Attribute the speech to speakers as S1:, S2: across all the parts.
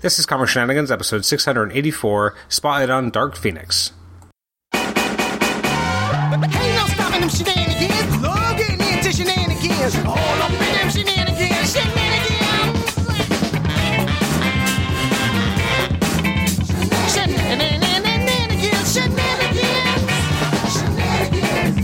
S1: This is Comic Shenanigans, episode 684, Spotlight on Dark Phoenix.
S2: But ain't no stopping them shenanigans. Love getting into shenanigans. All up in them shenanigans. Shenanigans. Shenanigans. Shenanigans. Shenanigans.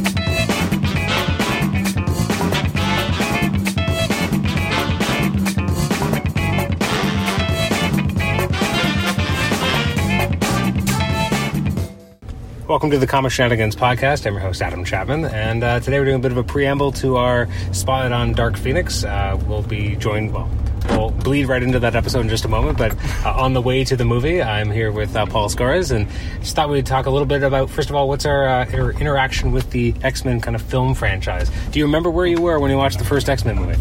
S1: Welcome to the Comic Shenanigans podcast. I'm your host, Adam Chapman, and uh, today we're doing a bit of a preamble to our Spotlight on Dark Phoenix. Uh, we'll be joined, well, we'll bleed right into that episode in just a moment, but uh, on the way to the movie, I'm here with uh, Paul Scaras, and just thought we'd talk a little bit about, first of all, what's our, uh, our interaction with the X Men kind of film franchise? Do you remember where you were when you watched the first X Men movie?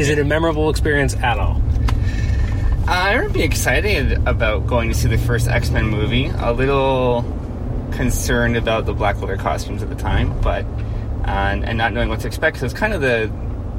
S1: Is it a memorable experience at all?
S3: I remember being excited about going to see the first X Men movie. A little concerned about the Black Widow costumes at the time, but and, and not knowing what to expect. So it's kind of the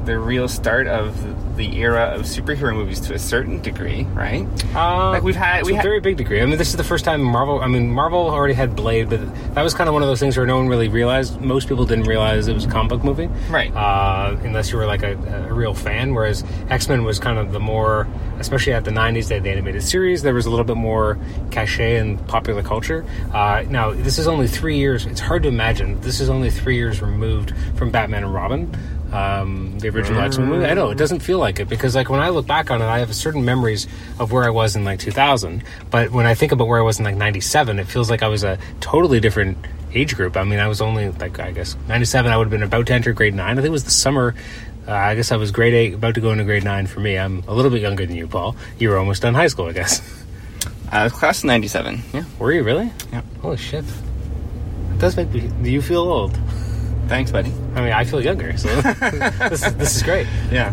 S3: the real start of the era of superhero movies to a certain degree, right?
S1: Uh,
S3: Like, we've had-
S1: to
S3: we
S1: a
S3: had-
S1: very big degree. I mean, this is the first time Marvel. I mean, Marvel already had Blade, but that was kind of one of those things where no one really realized. Most people didn't realize it was a comic book movie,
S3: Right.
S1: Uh, unless you were like a, a real fan. Whereas X Men was kind of the more, especially at the '90s, they had the animated series. There was a little bit more cachet in popular culture. Uh, now, this is only three years. It's hard to imagine. This is only three years removed from Batman and Robin. Um, the original X-Men movie. I know it doesn't feel like it because like when I look back on it, I have certain memories of where I was in like 2000. But when I think about where I was in like 97, it feels like I was a totally different age group. I mean, I was only like I guess 97. I would have been about to enter grade nine. I think it was the summer. Uh, I guess I was grade eight, about to go into grade nine. For me, I'm a little bit younger than you, Paul. You were almost done high school, I guess.
S3: Uh, it was class of '97. Yeah,
S1: Were you really?
S3: Yeah.
S1: Holy shit. It does make me. You feel old.
S3: thanks, buddy.
S1: I mean, I feel younger. So this is, this is great.
S3: Yeah,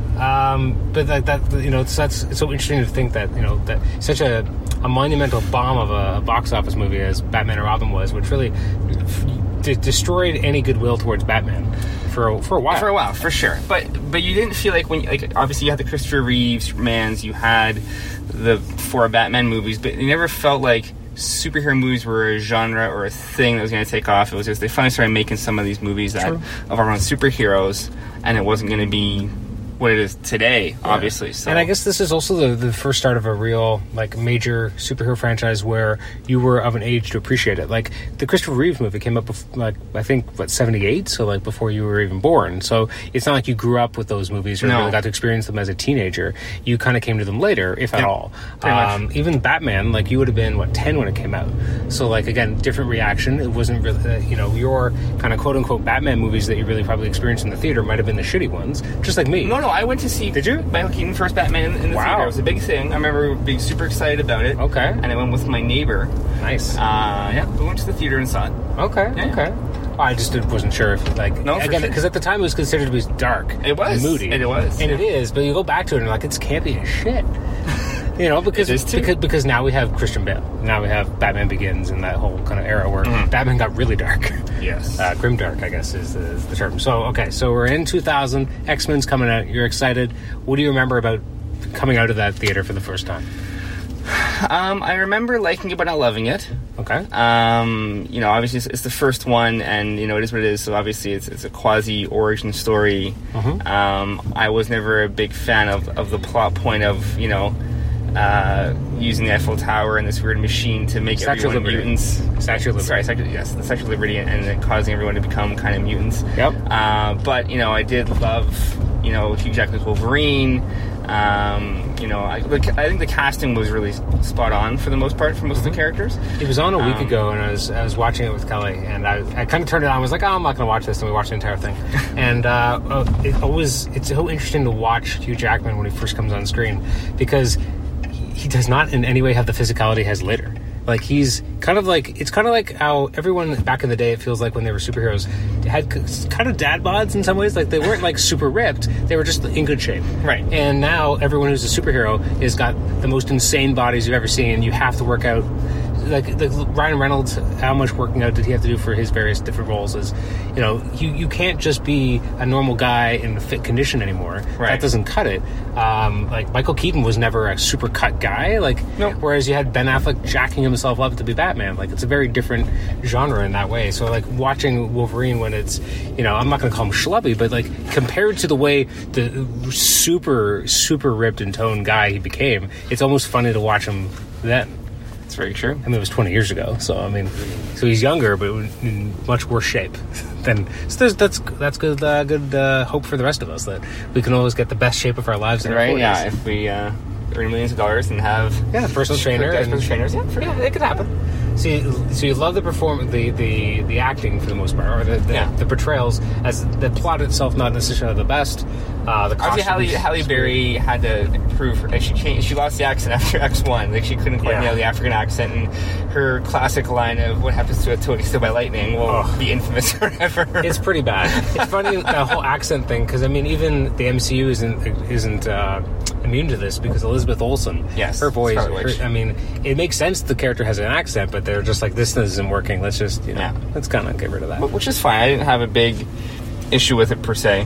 S1: Um, but that, that you know, it's, that's it's so interesting to think that you know that such a, a monumental bomb of a, a box office movie as Batman and Robin was, which really f- de- destroyed any goodwill towards Batman for a, for a while.
S3: for a while, for sure. But but you didn't feel like when you, like obviously you had the Christopher Reeves mans, you had the four Batman movies, but it never felt like superhero movies were a genre or a thing that was going to take off. It was just they finally started making some of these movies that of our own superheroes, and it wasn't going to be what it is today, obviously. So
S1: And I guess this is also the, the first start of a real, like, major superhero franchise where you were of an age to appreciate it. Like, the Christopher Reeve movie came up, bef- like, I think, what, 78? So, like, before you were even born. So, it's not like you grew up with those movies or
S3: No.
S1: really got to experience them as a teenager. You kind of came to them later, if at
S3: Yeah,
S1: all. Um,
S3: pretty much.
S1: Even Batman, like, you would have been, what, 10 when it came out. So, like, again, different reaction. It wasn't really, uh, you know, your kind of quote unquote Batman movies that you really probably experienced in the theater might have been the shitty ones, just like me.
S3: No, no, I went to see.
S1: Did you?
S3: Michael Keaton first Batman in, in the
S1: Wow.
S3: theater. It was a big thing. I remember being super excited about it.
S1: Okay.
S3: And I went with my neighbor.
S1: Nice.
S3: Uh, yeah, we went to the theater and saw it.
S1: Okay.
S3: Yeah.
S1: Okay. I just didn't- wasn't sure if like
S3: No, for
S1: again
S3: sure.
S1: because at the time it was considered to be dark.
S3: It was.
S1: and moody.
S3: It was,
S1: and it is. But you go back to it and you're like it's campy as shit. You know because,
S3: It is too.
S1: because because now we have Christian Bale. Now we have Batman Begins and that whole kind of era where
S3: Mm-hmm.
S1: Batman got really dark.
S3: Yes.
S1: Uh, grimdark, I guess, is the, is the term. So okay, so we're in 2000. X Men's coming out. You're excited. What do you remember about coming out of that theater for the first time?
S3: Um, I remember liking it but not loving it.
S1: Okay.
S3: Um, you know, obviously it's, it's the first one, and you know it is what it is. So obviously it's, it's a quasi origin story.
S1: Mm-hmm.
S3: Um, I was never a big fan of, of the plot point of you know uh, using the Eiffel Tower and this weird machine to make
S1: Statue of
S3: everyone
S1: Liberty.
S3: mutants.
S1: Statue of Liberty.
S3: Sorry, Statue, yes, the Statue of Liberty, and, and then causing everyone to become kind of mutants.
S1: Yep.
S3: Uh, but you know, I did love you know Hugh Jackman's Wolverine. Um, you know, I, like, I think the casting was really spot on for the most part for most
S1: Mm-hmm.
S3: of the characters.
S1: It was on a week
S3: Um,
S1: ago, and I was I was watching it with Kelly, and I, I kind of turned it on. I was like, "Oh, I'm not going to watch this," and we watched the entire thing. and uh, uh, it always it's so interesting to watch Hugh Jackman when he first comes on screen because he, he does not in any way have the physicality he has later. Like he's kind of like it's kind of like how everyone back in the day it feels like when they were superheroes had kind of dad bods in some ways. Like they weren't like super ripped; they were just in good shape.
S3: Right.
S1: And now everyone who's a superhero has got the most insane bodies you've ever seen. You have to work out like, like Ryan Reynolds, how much working out did he have to do for his various different roles? Is you know you you can't just be a normal guy in the fit condition anymore.
S3: Right.
S1: That doesn't cut it. Um, like Michael Keaton was never a super cut guy. Like
S3: Nope.
S1: whereas you had Ben Affleck jacking himself up to be Batman. Like it's a very different genre in that way. So like watching Wolverine when it's you know I'm not going to call him schlubby, but like compared to the way the super super ripped and toned guy he became, it's almost funny to watch him then.
S3: That's very true.
S1: I mean, it was 20 years ago, so I mean, so he's younger, but in much worse shape. Than so there's, that's that's good uh, good uh, hope for the rest of us that we can always get the best shape of our lives in
S3: Right?
S1: our 40s.
S3: Yeah. If we uh, earn millions of dollars and have
S1: Yeah, personal trainer
S3: guys,
S1: and-
S3: personal trainers, yeah, for- yeah, it could happen.
S1: So you, so you love the perform the, the the acting for the most part, or the the,
S3: Yeah.
S1: the portrayals as the plot itself not necessarily the best. Uh, the
S3: Obviously, Halle,
S1: costumes-
S3: Halle Berry had to improve. Her, like she changed. She lost the accent after X One. Like she couldn't quite
S1: Yeah.
S3: nail the African accent, and her classic line of "What happens to a toad killed by lightning" will
S1: Ugh.
S3: be infamous forever.
S1: It's pretty bad. It's funny that whole accent thing because I mean, even the MCU isn't isn't uh, immune to this because Elizabeth Olsen,
S3: Yes,
S1: her voice.
S3: Scarlet Witch.
S1: her- I mean, it makes sense the character has an accent, but they're just like this isn't working. Let's just you know,
S3: Yeah.
S1: let's kind of get rid of that.
S3: But- which is fine. I didn't have a big issue with it per se.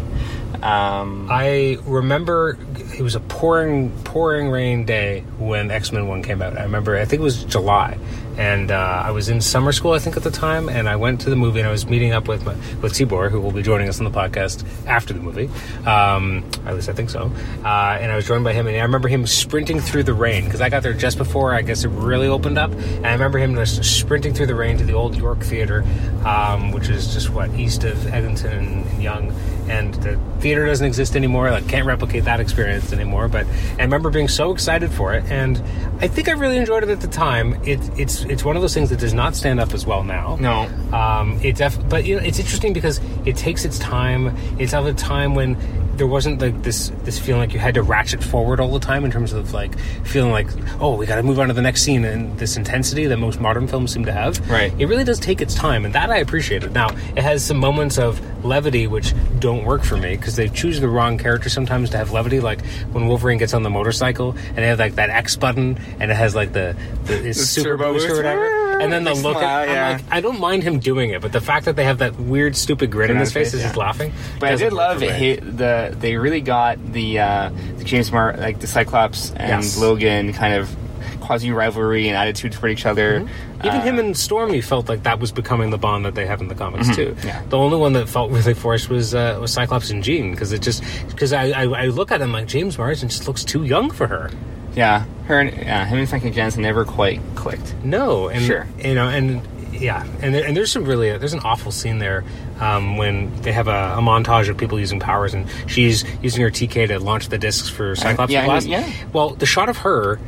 S3: Um,
S1: I remember it was a pouring, pouring rain day when X Men One came out. I remember, I think it was July, and uh, I was in summer school, I think, at the time, and I went to the movie, and I was meeting up with my, with Tibor, who will be joining us on the podcast after the movie. Um, at least I think so. Uh, and I was joined by him, and I remember him sprinting through the rain because I got there just before I guess it really opened up, and I remember him just sprinting through the rain to the old York Theater, um, which is just what east of Edmonton and, and Young and the theater doesn't exist anymore. Like can't replicate that experience anymore. But I remember being so excited for it, and I think I really enjoyed it at the time. It, it's it's one of those things that does not stand up as well now.
S3: No.
S1: um, it def- but you know, it's interesting because it takes its time. It's of a time when there wasn't like this this feeling like you had to ratchet forward all the time in terms of like feeling like oh we got to move on to the next scene and this intensity that most modern films seem to have
S3: Right.
S1: it really does take its time, and that I appreciated. Now, it has some moments of levity which don't work for me because they choose the wrong character sometimes to have levity. Like when Wolverine gets on the motorcycle and they have like that X button, and it has like the, the, it's
S3: The
S1: super
S3: turbo
S1: boost or
S3: boost.
S1: whatever, and then the
S3: Makes
S1: look.
S3: smile,
S1: At,
S3: yeah.
S1: I'm like, I don't mind him doing it, but the fact that they have that weird, stupid grin on his face as he's
S3: Yeah.
S1: laughing.
S3: But I
S1: doesn't
S3: did
S1: work
S3: love
S1: for me.
S3: it. He, the they really got the, uh, the James Mar like the Cyclops and
S1: Yes.
S3: Logan kind of quasi rivalry and attitude toward each other.
S1: Even
S3: Uh,
S1: him and Stormy felt like that was becoming the bond that they have in the comics too.
S3: Mm-hmm. yeah.
S1: The only one that felt really forced was uh, was Cyclops and Jean because it just because I, I I look at him like James Marsden just looks too young for her.
S3: yeah, her and yeah, him and Franklin Jensen never quite clicked.
S1: No, and
S3: Sure.
S1: you know, and yeah, and there, and there's some really there's an awful scene there um, when they have a, a montage of people using powers, and she's using her TK to launch the discs for Cyclops
S3: yeah,
S1: Blast.
S3: yeah.
S1: Well, the shot of her.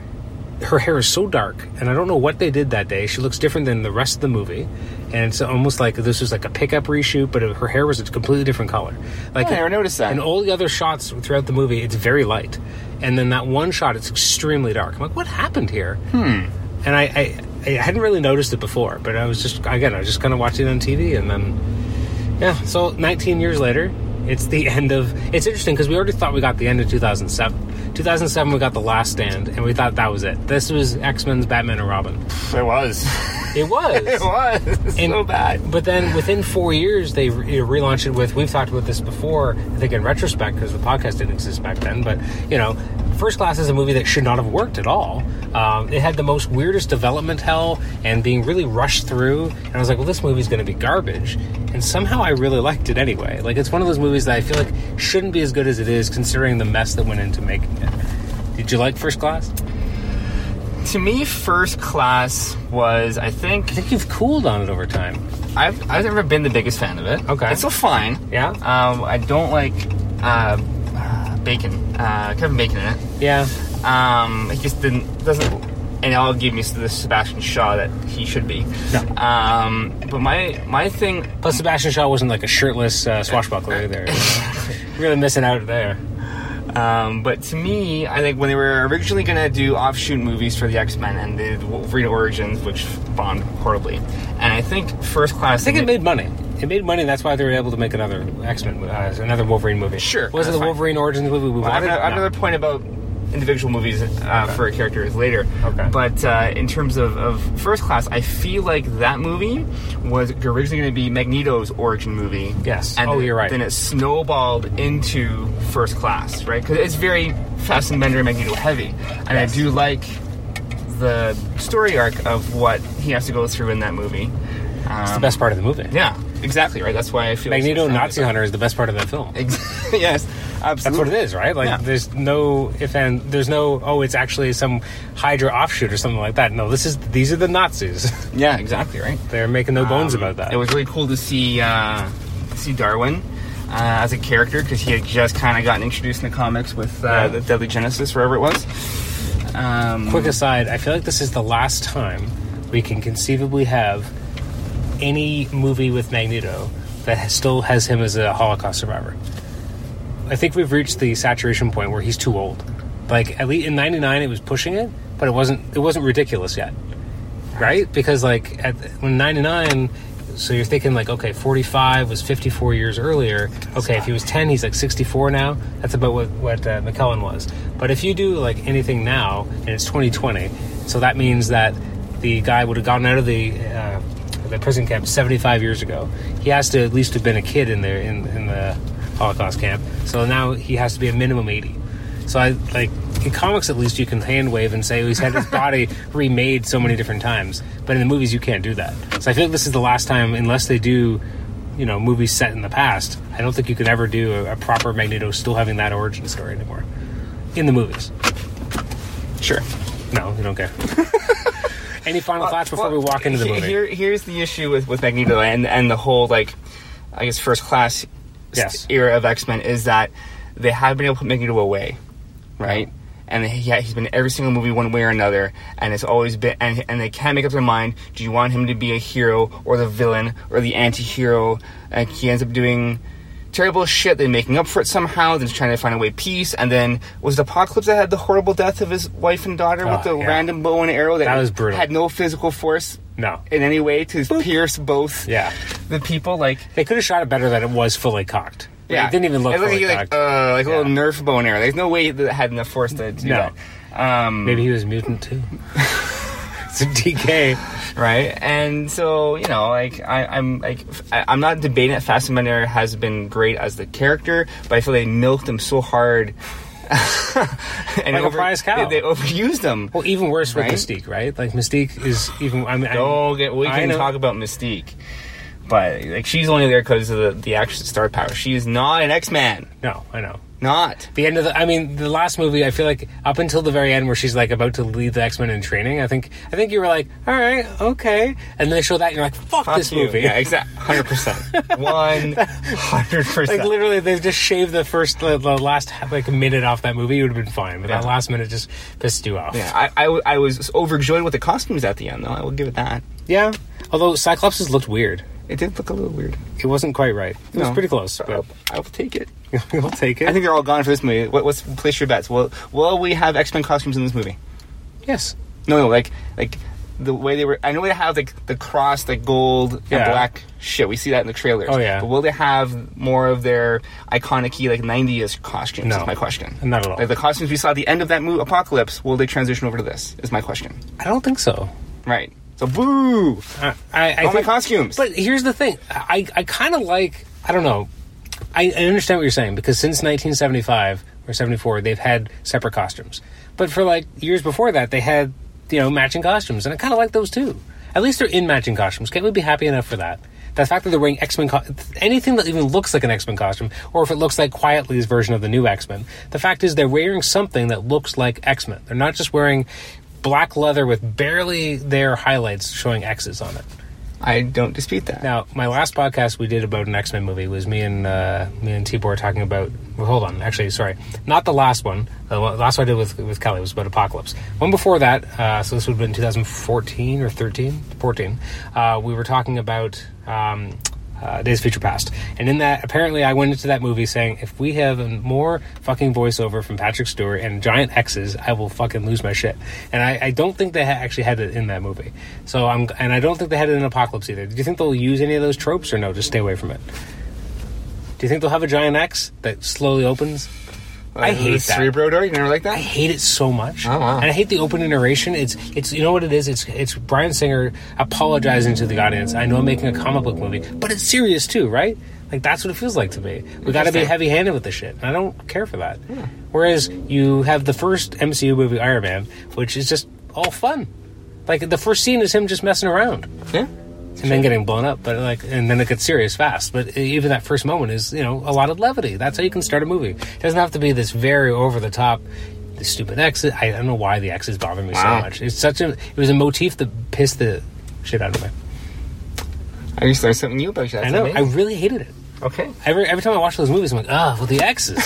S1: Her hair is so dark, and I don't know what they did that day. She looks different than the rest of the movie, and it's almost like this was like a pickup reshoot, but her hair was a completely different color. Like
S3: I never noticed that.
S1: In all the other shots throughout the movie, it's very light, and then that one shot, it's extremely dark. I'm like, what happened here? and I, I I hadn't really noticed it before, but I was just again I was just kind of watching it on TV, and then yeah, so 19 years later, it's the end of. It's interesting because we already thought we got the end of 2007. 2007 we got the Last Stand, and we thought that was it. This was X Men's Batman and Robin.
S3: It was.
S1: It was.
S3: it was
S1: And-
S3: so bad.
S1: But then within four years, they re- relaunched it with. We've talked about this before. I think in retrospect, because the podcast didn't exist back then. But you know, First Class is a movie that should not have worked at all. Um, it had the most weirdest development hell and being really rushed through. And I was like, well, this movie's going to be garbage. And somehow I really liked it anyway. Like it's one of those movies that I feel like shouldn't be as good as it is, considering the mess that went into making it. Did you like First Class?
S3: To me, first class was I think
S1: I think you've cooled on it over time.
S3: I've I've never been the biggest fan of it.
S1: Okay.
S3: it's still fine.
S1: Yeah.
S3: Um, I don't like uh, uh, bacon. Uh, Kevin Bacon in it.
S1: Yeah.
S3: Um, he just didn't doesn't, and I'll give me the Sebastian Shaw that he should be.
S1: No.
S3: Um, but my my thing,
S1: Plus, Sebastian Shaw wasn't like a shirtless uh, swashbuckler either. you know? really missing out there.
S3: um, but to me, I think when they were originally gonna do offshoot movies for the X Men and they did Wolverine Origins, which bombed horribly, and I think First Class.
S1: I think it made money. It made money. That's why they were able to make another X Men, uh, another Wolverine movie.
S3: Sure,
S1: was it
S3: that's
S1: the
S3: fine.
S1: Wolverine Origins movie we
S3: I have
S1: wanted?
S3: another, I have
S1: No.
S3: another point about individual movies uh, for a character is later.
S1: Okay.
S3: But uh, in terms of, of First Class, I feel like that movie was originally going to be Magneto's origin movie.
S1: Yes.
S3: And
S1: Oh,
S3: then,
S1: you're right.
S3: Then it snowballed into First Class, right? Because it's very Fast and Bender and Magneto heavy, and I do like the story arc of what he has to go through in that movie.
S1: It's the best part of the movie.
S3: Yeah, exactly right. That's why I feel
S1: Magneto
S3: so strongly
S1: Nazi
S3: about-
S1: Hunter is the best part of that film.
S3: Ex- yes, absolutely.
S1: That's what it is, right? Like,
S3: Yeah.
S1: there's no if and there's no oh, it's actually some Hydra offshoot or something like that. No, this is these are the Nazis.
S3: Yeah, exactly right.
S1: They're making no bones
S3: Um,
S1: about that.
S3: It was really cool to see uh, see Darwin uh, as a character because he had just kind of gotten introduced in the comics with uh,
S1: Yeah.
S3: the Deadly Genesis, wherever it was. Um,
S1: Quick aside, I feel like this is the last time we can conceivably have any movie with Magneto that has- still has him as a Holocaust survivor. I think we've reached the saturation point where he's too old. Like at least in '99, it was pushing it, but it wasn't. It wasn't ridiculous yet, right? Because like at when '99, so you're thinking like, okay, 45 was 54 years earlier. Okay, if he was 10, he's like 64 now. That's about what what uh, McKellen was. But if you do like anything now, and it's 2020, so that means that the guy would have gotten out of the. Uh, the prison camp 75 years ago. He has to at least have been a kid in there in, in the Holocaust camp. So now he has to be a minimum 80. So I like in comics at least you can hand wave and say "Oh, he's had his body remade so many different times, but in the movies you can't do that. So I feel like this is the last time, unless they do, you know, movies set in the past. I don't think you can ever do a, a proper Magneto still having that origin story anymore in the movies.
S3: sure.
S1: No, you don't care. Any final thoughts before we
S3: Uh, Well,
S1: walk into the
S3: he-
S1: movie?
S3: Here, here's the issue with, with Magneto and, and the whole, like, I guess, first class
S1: Yes.
S3: era of X Men is that they have been able to put Magneto away, right? And he, he's been in every single movie one way or another, and it's always been, and, and they can't make up their mind do you want him to be a hero or the villain or the anti hero? And he ends up doing. Terrible shit. Then making up for it somehow. Then trying to find a way peace. And then was it Apocalypse that had the horrible death of his wife and daughter with
S1: Oh,
S3: the
S1: yeah.
S3: random bow and arrow that,
S1: That was brutal.
S3: had no physical force
S1: no.
S3: in any way to pierce both
S1: Yeah.
S3: the people. Like,
S1: They could have shot it better that it was fully cocked.
S3: yeah,
S1: It didn't even look
S3: It looked
S1: fully
S3: like,
S1: cocked.
S3: uh, like a little
S1: Yeah.
S3: Nerf bow and arrow. There's no way that it had enough force to do
S1: No.
S3: that. Um,
S1: Maybe he was mutant too. it's a DK.
S3: right? And so you know, like I, I'm like f- I- I'm not debating that Fast and Bender has been great as the character, but I feel they milked him so hard. and
S1: Like a prize cow.
S3: They, they overused him.
S1: Well, even worse with
S3: Right?
S1: Mystique, right? Like Mystique is even. I mean, I-
S3: Oh, get, we
S1: I
S3: can
S1: know.
S3: talk about Mystique, but like she's only there because of the, the action star power. She is not an X Man.
S1: No, I know.
S3: Not.
S1: The end of the. I mean, the last movie. I feel like up until the very end, where she's like about to lead the X Men in training. I think. I think you were like, all right, okay, and they show that, and you're like, fuck,
S3: Fuck
S1: this
S3: you.
S1: movie.
S3: Yeah, exactly. 100%. 100%.
S1: Like literally, if they just shaved the first, the, the last like minute off that movie, you would have been fine. But that
S3: Yeah.
S1: last minute just pissed you off.
S3: Yeah, I, I, w- I was overjoyed with the costumes at the end, though. I will give it that.
S1: yeah. Although Cyclops' looked weird.
S3: It did look a little weird.
S1: It wasn't quite right. It was
S3: No.
S1: pretty close,
S3: I
S1: but
S3: I will take it.
S1: we'll take it.
S3: I think they're all gone for this movie. What, what's place your bets? Will, will we have X Men costumes in this movie?
S1: yes.
S3: No, no, like like the way they were. I know they have like the cross, the gold and
S1: Yeah.
S3: black shit. We see that in the trailers.
S1: Oh, yeah.
S3: But will they have more of their iconic like '90s costumes?
S1: No.
S3: Is my question.
S1: Not at all.
S3: Like the costumes we saw at the end of that movie, Apocalypse. Will they transition over to this? Is my question.
S1: I don't think so.
S3: Right. So boo.
S1: I, I, I
S3: All my
S1: think-
S3: costumes.
S1: But here's the thing: I, I kind of like. I don't know. I, I understand what you're saying because since 1975 or 74, they've had separate costumes. But for like years before that, they had you know matching costumes, and I kind of like those too. At least they're in matching costumes. Can't we be happy enough for that? The fact that they're wearing X Men, co- anything that even looks like an X Men costume, or if it looks like Quietly's version of the new X Men, the fact is they're wearing something that looks like X Men. They're not just wearing black leather with barely their highlights showing X's on it.
S3: I don't dispute that.
S1: Now, my last podcast we did about an X Men movie was me and uh, me and Tibor talking about. Well, hold on, actually, sorry, not the last one. The one- last one I did with with Kelly was about Apocalypse. One before that, uh, so this would have been 2014 or 13, 14. Uh, we were talking about. Um, uh, Days of Future Past, and in that, apparently, I went into that movie saying, "If we have a more fucking voiceover from Patrick Stewart and giant X's, I will fucking lose my shit." And I, I don't think they ha- actually had it in that movie. So I'm, and I don't think they had it in Apocalypse either. Do you think they'll use any of those tropes or no? Just stay away from it. Do you think they'll have a giant X that slowly opens? I hate that.
S3: Cerebro door. You never like
S1: I
S3: that.
S1: hate it so much.
S3: Oh, wow.
S1: And I hate the opening narration. It's it's you know what it is? It's it's Brian Singer apologizing to the audience. I know I'm making a comic book movie, but it's serious too, right? Like that's what it feels like to me. We got to be
S3: Interesting.
S1: heavy handed with this shit, and I don't care for that. Whereas you have the first MCU movie Iron Man, which is just all fun. Like the first scene is him just messing around
S3: Yeah.
S1: and then getting blown up, but like, and then it gets serious fast. But e, even that first moment is, you know, a lot of levity. That's how you can start a movie. It doesn't have to be this very over the top, the stupid X. I don't know why the X's bother me
S3: Wow.
S1: so much. It's such a, it was a motif that pissed the shit out of me.
S3: I just learned something new about you. That's
S1: I know. I
S3: amazing.
S1: really hated it.
S3: okay.
S1: Every every time I watch those movies, I'm like, ah, well, the X's.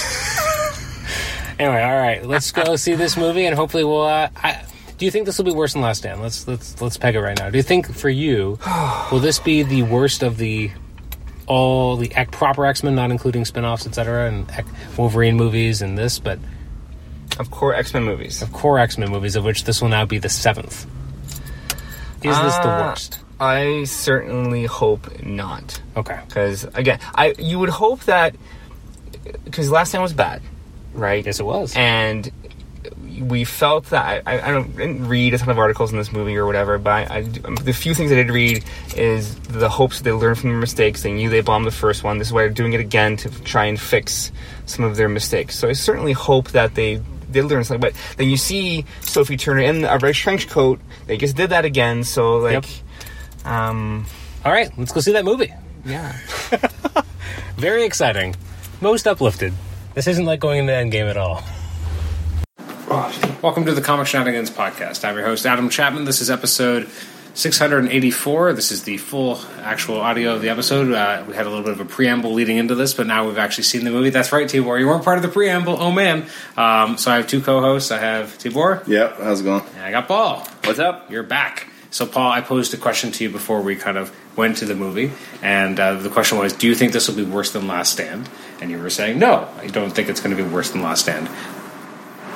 S1: anyway, all right, let's go see this movie, and hopefully, we'll. Uh, I, do you think this will be worse than Last Stand? Let's let's let's peg it right now. Do you think for you, will this be the worst of the all the ec- proper X Men, not including spin-offs, etc., and ec- Wolverine movies and this, but
S3: Of core X Men movies.
S1: core X Men movies, of which this will now be the seventh. Is this the
S3: Ah.
S1: worst?
S3: I certainly hope not.
S1: Okay.
S3: Because again, I you would hope that because last time was bad, right?
S1: Yes, it was.
S3: and we felt that I, I don't I didn't read a ton of articles in this movie or whatever, but I, the few things I did read is the hopes they learned from their mistakes. They knew they bombed the first one. This is why they're doing it again to try and fix some of their mistakes. So I certainly hope that they did learn something. But then you see Sophie Turner in a red trench coat. They just did that again. So like, um,
S1: all right, let's go see that movie.
S3: yeah.
S1: Very exciting. Most uplifted. This isn't like going into Endgame at all. Welcome to the Comic Shenanigans podcast. I'm your host, Adam Chapman. This is episode 684. This is the full actual audio of the episode. Uh, we had a little bit of a preamble leading into this, but now we've actually seen the movie. That's right, Tibor. You weren't part of the preamble. Oh, man. Um, so I have two co hosts. I have Tibor,
S4: Yep, how's it going?
S1: and I got Paul.
S4: What's up?
S1: You're back. So, Paul, I posed a question to you before we kind of went to the movie, and uh, the question was, "Do you think this will be worse than Last Stand?" And you were saying, "No, I don't think it's going to be worse than Last Stand."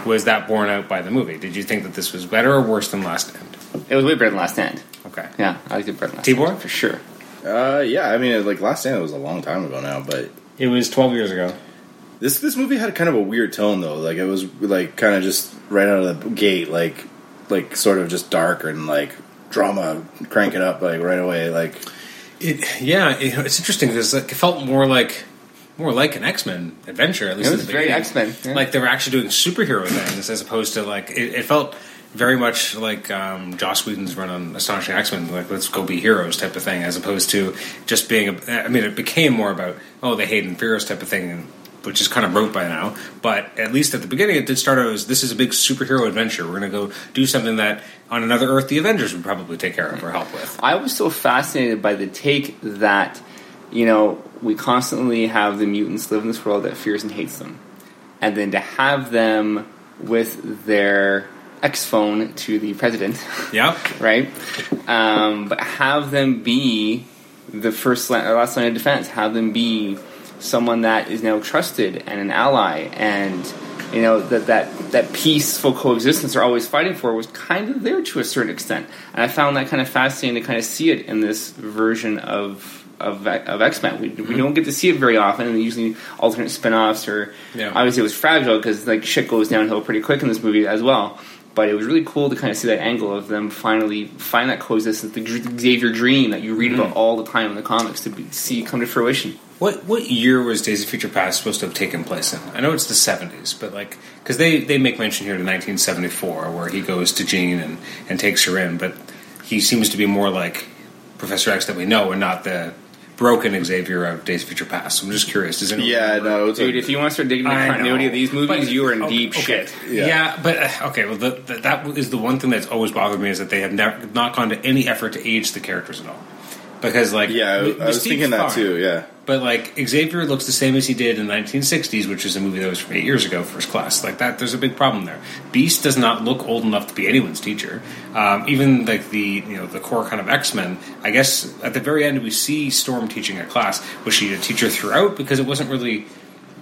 S1: Was that borne out by the movie? Did you think that this was better or worse than Last Stand?
S4: It was way better than Last Stand.
S1: Okay.
S4: Yeah, I liked it better than Last
S1: Tibor?
S4: Stand, For sure. Uh, yeah, I mean, it- like, Last Stand was a long time ago now, but
S1: It was 12 years ago.
S4: this this movie had kind of a weird tone, though. Like, it was, like, kind of just right out of the gate, like, like sort of just dark and, like, drama, crank it up, like, right away. Like,
S1: It, yeah, it, it's interesting because like, it felt more like more like an X Men adventure. At least
S4: It
S1: at
S4: was
S1: the
S4: very
S1: beginning.
S4: X-Men, yeah.
S1: Like they were actually doing superhero things as opposed to like it, it felt very much like um, Joss Whedon's run on Astonishing X Men, like let's go be heroes type of thing, as opposed to just being. A, I mean, it became more about oh the Hayden Furious type of thing. Which is kind of rote by now, but at least at the beginning it did start out as this is a big superhero adventure. We're going to go do something that on another Earth the Avengers would probably take care of or help with.
S3: I was so fascinated by the take that, you know, we constantly have the mutants live in this world that fears and hates them. And then to have them with their X phone to the president,
S1: Yeah,
S3: right? Um, but have them be the first line, or last line of defense. Have them be someone that is now trusted and an ally, and you know that that that peaceful coexistence they're always fighting for was kind of there to a certain extent. And I found that kind of fascinating to kind of see it in this version of. Of, of X Men, we, we don't get to see it very often, and usually alternate spin offs or
S1: Yeah.
S3: obviously it was fragile because like shit goes downhill pretty quick in this movie as well. But it was really cool to kind of see that angle of them finally find that coexistence, the Dr- Xavier dream that you read about all the time in the comics to be, see come to fruition.
S1: What what year was Days of Future Past supposed to have taken place in? I know it's the seventies, but like because they they make mention here to nineteen seventy four, where he goes to Jean and and takes her in, but he seems to be more like Professor X that we know, and not the broken Xavier of Days of Future Past. I'm just curious. Does anyone
S4: yeah,
S1: remember?
S4: no, it's
S3: Dude,
S4: a,
S3: if you want to start digging the
S1: I know.
S3: continuity of these movies,
S1: But-
S3: you are in
S1: okay,
S3: deep
S1: okay.
S3: shit.
S1: Yeah,
S4: Yeah.
S1: but uh, okay. Well, the, the, that is the one thing that's always bothered me is that they have never, not gone to any effort to age the characters at all. Because like
S4: yeah, I,
S1: Mi-
S4: I was
S1: Mystique's
S4: thinking that
S1: fine.
S4: too, yeah.
S1: But like Xavier looks the same as he did in the 1960s, which is a movie that was from eight years ago, First Class. Like that, there's a big problem there. Beast does not look old enough to be anyone's teacher. Um, even like the you know the core kind of X Men. I guess at the very end we see Storm teaching a class. Was she a teacher throughout? Because it wasn't really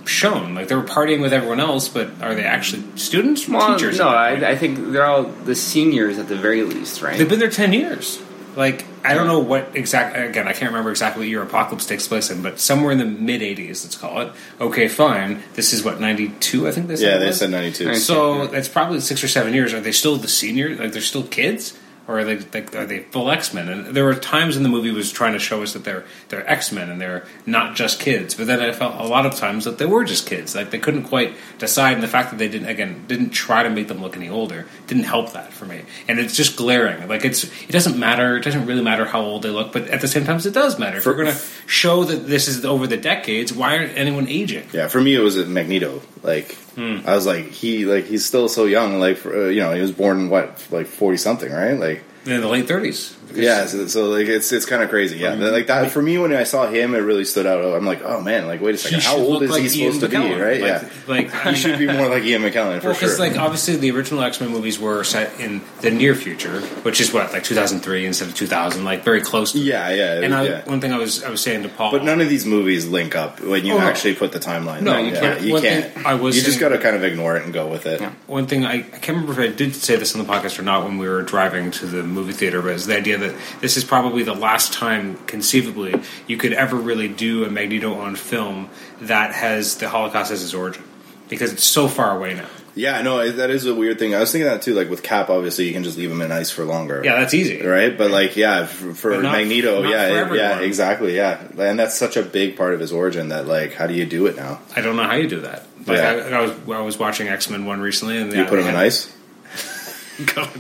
S1: shown. Like they were partying with everyone else, but are they actually students? or
S3: Well,
S1: teachers?
S3: no,
S1: at that point?
S3: I, I think they're all the seniors at the very least, right?
S1: they've been there ten years. Like I don't know what exact again I can't remember exactly what year Apocalypse takes place in, but somewhere in the mid '80s, let's call it. Okay, fine. This is what '92, I think they said.
S4: Yeah,
S1: it
S4: they
S1: was?
S4: said 92.
S1: So that's probably six or seven years. Are they still the senior? Like they're still kids, or are they like are they full X Men? And there were times in the movie was trying to show us that they're they're X Men and they're not just kids. But then I felt a lot of times that they were just kids. Like they couldn't quite decide, and the fact that they didn't again didn't try to make them look any older didn't help that for me. And it's just glaring. Like it's it doesn't matter. It doesn't really matter how old they look, but at the same time, it does matter. If we're going to show that this is over the decades, why aren't anyone aging?
S4: Yeah, for me it was Magneto. Like I was like he like he's still so young. Like for, uh, you know he was born what like forty something, right? Like
S1: In the late thirties.
S4: yeah, so, so like it's it's kind of crazy. Yeah, that- like that for me when I saw him, it really stood out. I'm like, oh man, like wait a second, how
S1: should look
S4: old is
S1: like
S4: he
S1: Ian
S4: supposed to
S1: McKellen.
S4: be? Right?
S1: Like-
S4: yeah,
S1: Like,
S4: he should be more like Ian McKellen for
S1: well,
S4: sure.
S1: because like obviously the original X Men movies were set in the near future, which is what like 2003 instead of 2000, like very close. To
S4: yeah, yeah,
S1: And I,
S4: yeah.
S1: one thing I was I was saying to Paul,
S4: But none of these movies link up when you
S1: Oh, no.
S4: actually put the timeline.
S1: No,
S4: in.
S1: you
S4: Yeah,
S1: can't.
S4: You
S1: One
S4: can't.
S1: thing I was
S4: you just got
S1: saying-
S4: to kind of ignore it and go with it.
S1: one thing I, I can't remember if I did say this on the podcast or not when we were driving to the movie theater, but it's the idea that this is probably the last time, conceivably, you could ever really do a Magneto on film that has the Holocaust as its origin, because it's so far away now.
S4: Yeah, no, it- that is a weird thing. I was thinking that too. Like with Cap, obviously, you can just leave him in ice for longer.
S1: Yeah, that's easy,
S4: right? But like, yeah, for, for
S1: But not-
S4: Magneto,
S1: not
S4: yeah,
S1: for
S4: it- yeah,
S1: everyone.
S4: exactly, yeah, and that's such a big part of his origin that like, how do you do it now?
S1: I don't know how you do that. Like
S4: Yeah.
S1: I, I was I was watching X Men one recently, and
S4: you put him in ice.
S1: God.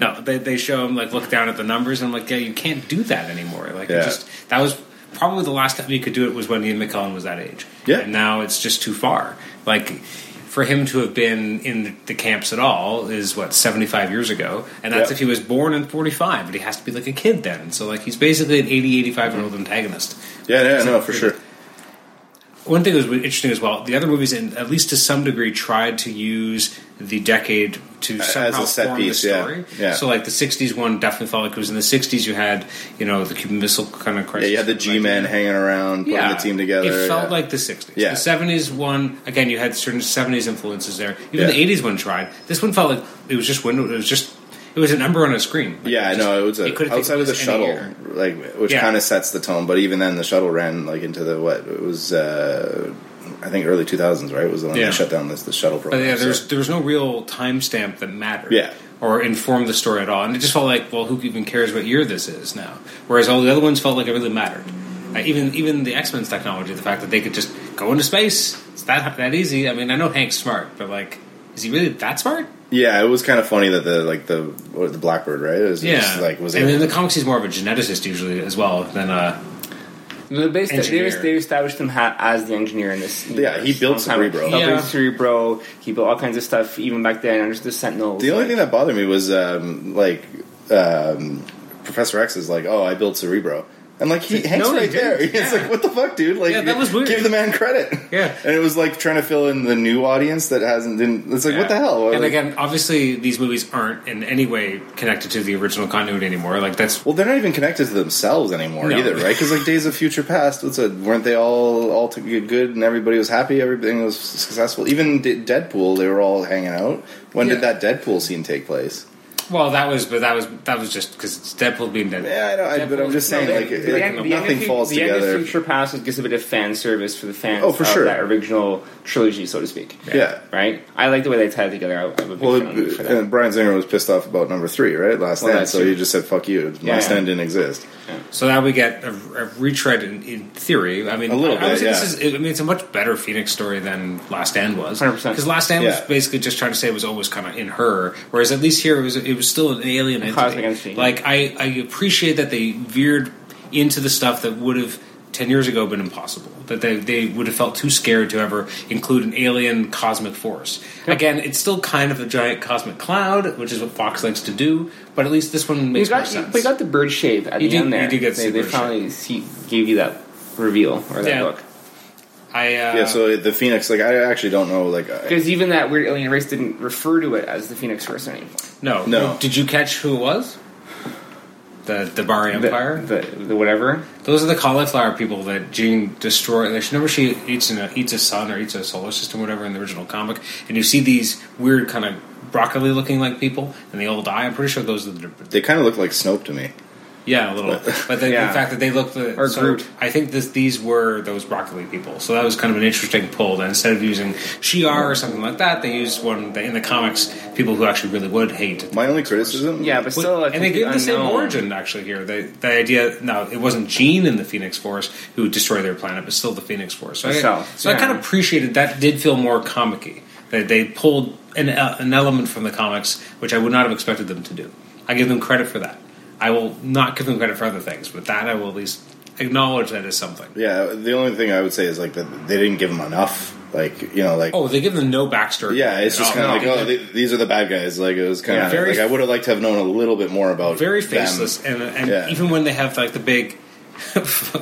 S1: No, they they show him like look down at the numbers, and I'm like, yeah, you can't do that anymore. Like it
S4: Yeah.
S1: just that was probably the last time you could do it was when Ian McKellen was that age.
S4: Yeah.
S1: and now it's just too far. Like for him to have been in the camps at all is what 75 years ago and that's
S4: Yeah.
S1: if he was born in 45 but he has to be like a kid then so like he's basically an 80 85 year old antagonist
S4: Yeah, yeah, no, for sure.
S1: one thing that was interesting as well, the other movies, in, at least to some degree, tried to use the decade to somehow
S4: a set
S1: form
S4: piece,
S1: the
S4: yeah,
S1: story.
S4: yeah.
S1: So, like the '60s one definitely felt like it was in the '60s. You had, you know, the Cuban Missile kind of
S4: Yeah,
S1: crisis.
S4: you had the
S1: Like,
S4: G men hanging around, putting the team together.
S1: It felt
S4: yeah.
S1: like the '60s.
S4: Yeah.
S1: The '70s one again, you had certain '70s influences there. Even
S4: Yeah.
S1: the '80s one tried. This one felt like it was just window. It was just it was a number on a screen. Like,
S4: Yeah,
S1: just-
S4: no, it was a,
S1: could've taken
S4: outside of the
S1: place any
S4: shuttle,
S1: year.
S4: like which
S1: Yeah.
S4: kind of sets the tone. But even then, the shuttle ran like into the what it was, uh, I think early two thousands, right? Was the one
S1: Yeah.
S4: that shut down this the shuttle
S1: But
S4: program.
S1: yeah, there
S4: so-
S1: was there was no real timestamp that mattered.
S4: Yeah.
S1: Or informed the story at all, and it just felt like, well, who even cares what year this is now? Whereas all the other ones felt like it really mattered. Uh, even even the X Men's technology, the fact that they could just go into space, it's that that easy. I mean, I know Hank's smart, but like, is he really that smart?
S4: yeah, it was kind of funny that the like the what, the Blackbird, right? It was just, like was
S1: and
S4: able
S1: in
S4: to-
S1: the comics, he's more of a geneticist usually as well than uh,
S3: No, they, based, they,
S1: Engineer.
S3: they established him ha- as the engineer in this.
S4: Yeah, he
S3: universe
S4: built
S3: a long time ago.
S4: Cerebro.
S3: He built
S1: Yeah.
S3: Cerebro. He built all kinds of stuff even back then. Under the Sentinels.
S4: The only
S3: like-
S4: thing that bothered me was um, like um, Professor X is like, "Oh, I built Cerebro," and like he Hank's
S1: no, he
S4: right there.
S1: didn't.
S4: It's like, what the fuck, dude? Like,
S1: Yeah, that was weird.
S4: Give the man credit.
S1: Yeah.
S4: and it was like trying to fill in the new audience that hasn't. Didn't, it's like, what the hell?
S1: And
S4: Like,
S1: again, obviously, these movies aren't in any way connected to the original continuity anymore. Like that's
S4: well, they're not even connected to themselves anymore
S1: No.
S4: either, right? Because like Days of Future Past, what's a, weren't they all all to get good and everybody was happy, everything was successful. Even D- Deadpool, they were all hanging out. When
S1: Yeah.
S4: did that Deadpool scene take place?
S1: Well, that was, but that was that was just because it's Deadpool being Deadpool.
S4: Yeah, I know, I, but I'm just saying,
S3: No,
S4: like,
S3: the-
S4: it-
S3: the
S4: like,
S3: end- the
S4: nothing
S3: end of,
S4: falls
S3: the
S4: together.
S3: end of Future Past was- gives a bit of fan service for the fans.
S4: Oh, for
S3: of
S4: sure.
S3: That original trilogy, so to speak.
S4: Yeah.
S3: Right. I like the way they tied it together. I, I'm a big
S4: Well,
S3: fan of it for that.
S4: and Brian Zinger was pissed off about number three, right? Last
S3: Well,
S4: Stand.
S3: that's
S4: So
S3: true.
S4: he just said, "Fuck you." Last
S3: Yeah, yeah.
S4: Stand didn't exist.
S1: So now we get a, a retread in, in theory. I mean,
S4: A little
S1: I, I would
S4: bit,
S1: say
S4: yeah.
S1: This is, I mean, it's a much better Phoenix story than Last Stand was.
S3: 100%.
S1: Because Last Stand was
S4: Yeah.
S1: basically just trying to say it was always kind of in her, whereas at least here it was it was still an alien entity.
S3: cosmic entity, yeah.
S1: Like I, I appreciate that they veered into the stuff that would have. Ten years ago, been impossible. That they, they would have felt too scared to ever include an alien cosmic force. Again, it's still kind of a giant cosmic cloud, which is what Fox likes to do. But at least this one
S3: You
S1: makes more
S3: got, you,
S1: sense.
S3: but you got the bird shape at
S1: You
S3: the
S1: did-
S3: end there.
S1: you did get to
S3: they,
S1: see
S3: they
S1: bird
S3: finally see, gave you that reveal or that
S1: Yeah.
S3: look.
S1: I uh,
S4: yeah. So the Phoenix, like, I actually don't know. Like, I,
S3: Because even that weird alien race didn't refer to it as the Phoenix Force anymore.
S1: No,
S4: No.
S1: Did you catch who it was? The the Bar
S3: The,
S1: Empire.
S3: the, the whatever.
S1: Those are the cauliflower people that Jean destroyed. Like, Remember, she eats an, eats a sun or eats a solar system, whatever, in the original comic, and you see these weird kind of broccoli looking like people, and they all die. I'm pretty sure those are the.
S4: they kind of look like Snope to me.
S1: Yeah, a little. But the,
S3: Yeah.
S1: the fact that they looked the,
S3: Or Groot.
S1: I think this, these were those Rocket League people. So that was kind of an interesting pull. That instead of using Shi'ar or something like that, they used one that in the comics people who actually really would hate.
S4: My only criticism,
S3: Yeah, but still, I
S1: and they
S3: think
S1: gave the same
S3: unknown.
S1: origin actually here. The, the idea no, it wasn't Jean in the Phoenix Force who destroyed their planet, but still the Phoenix Force. So, I,
S3: Itself,
S1: so I
S3: yeah.
S1: kind of appreciated that. Did feel more comic-y. That they pulled an, uh, an element from the comics, which I would not have expected them to do. I give them credit for that. I will not give them credit for other things, but that I will at least acknowledge that as something.
S4: yeah. The only thing I would say is like that they didn't give him enough. Like you know, like
S1: Oh, they give them no backstory.
S4: yeah, it's just
S1: Oh,
S4: kind of
S1: no.
S4: like oh, th these are the bad guys. Like it was kind
S1: Yeah,
S4: of
S1: very-
S4: like I would have liked to have known a little bit more about
S1: very
S4: them.
S1: faceless, and, and
S4: Yeah.
S1: even when they have like the big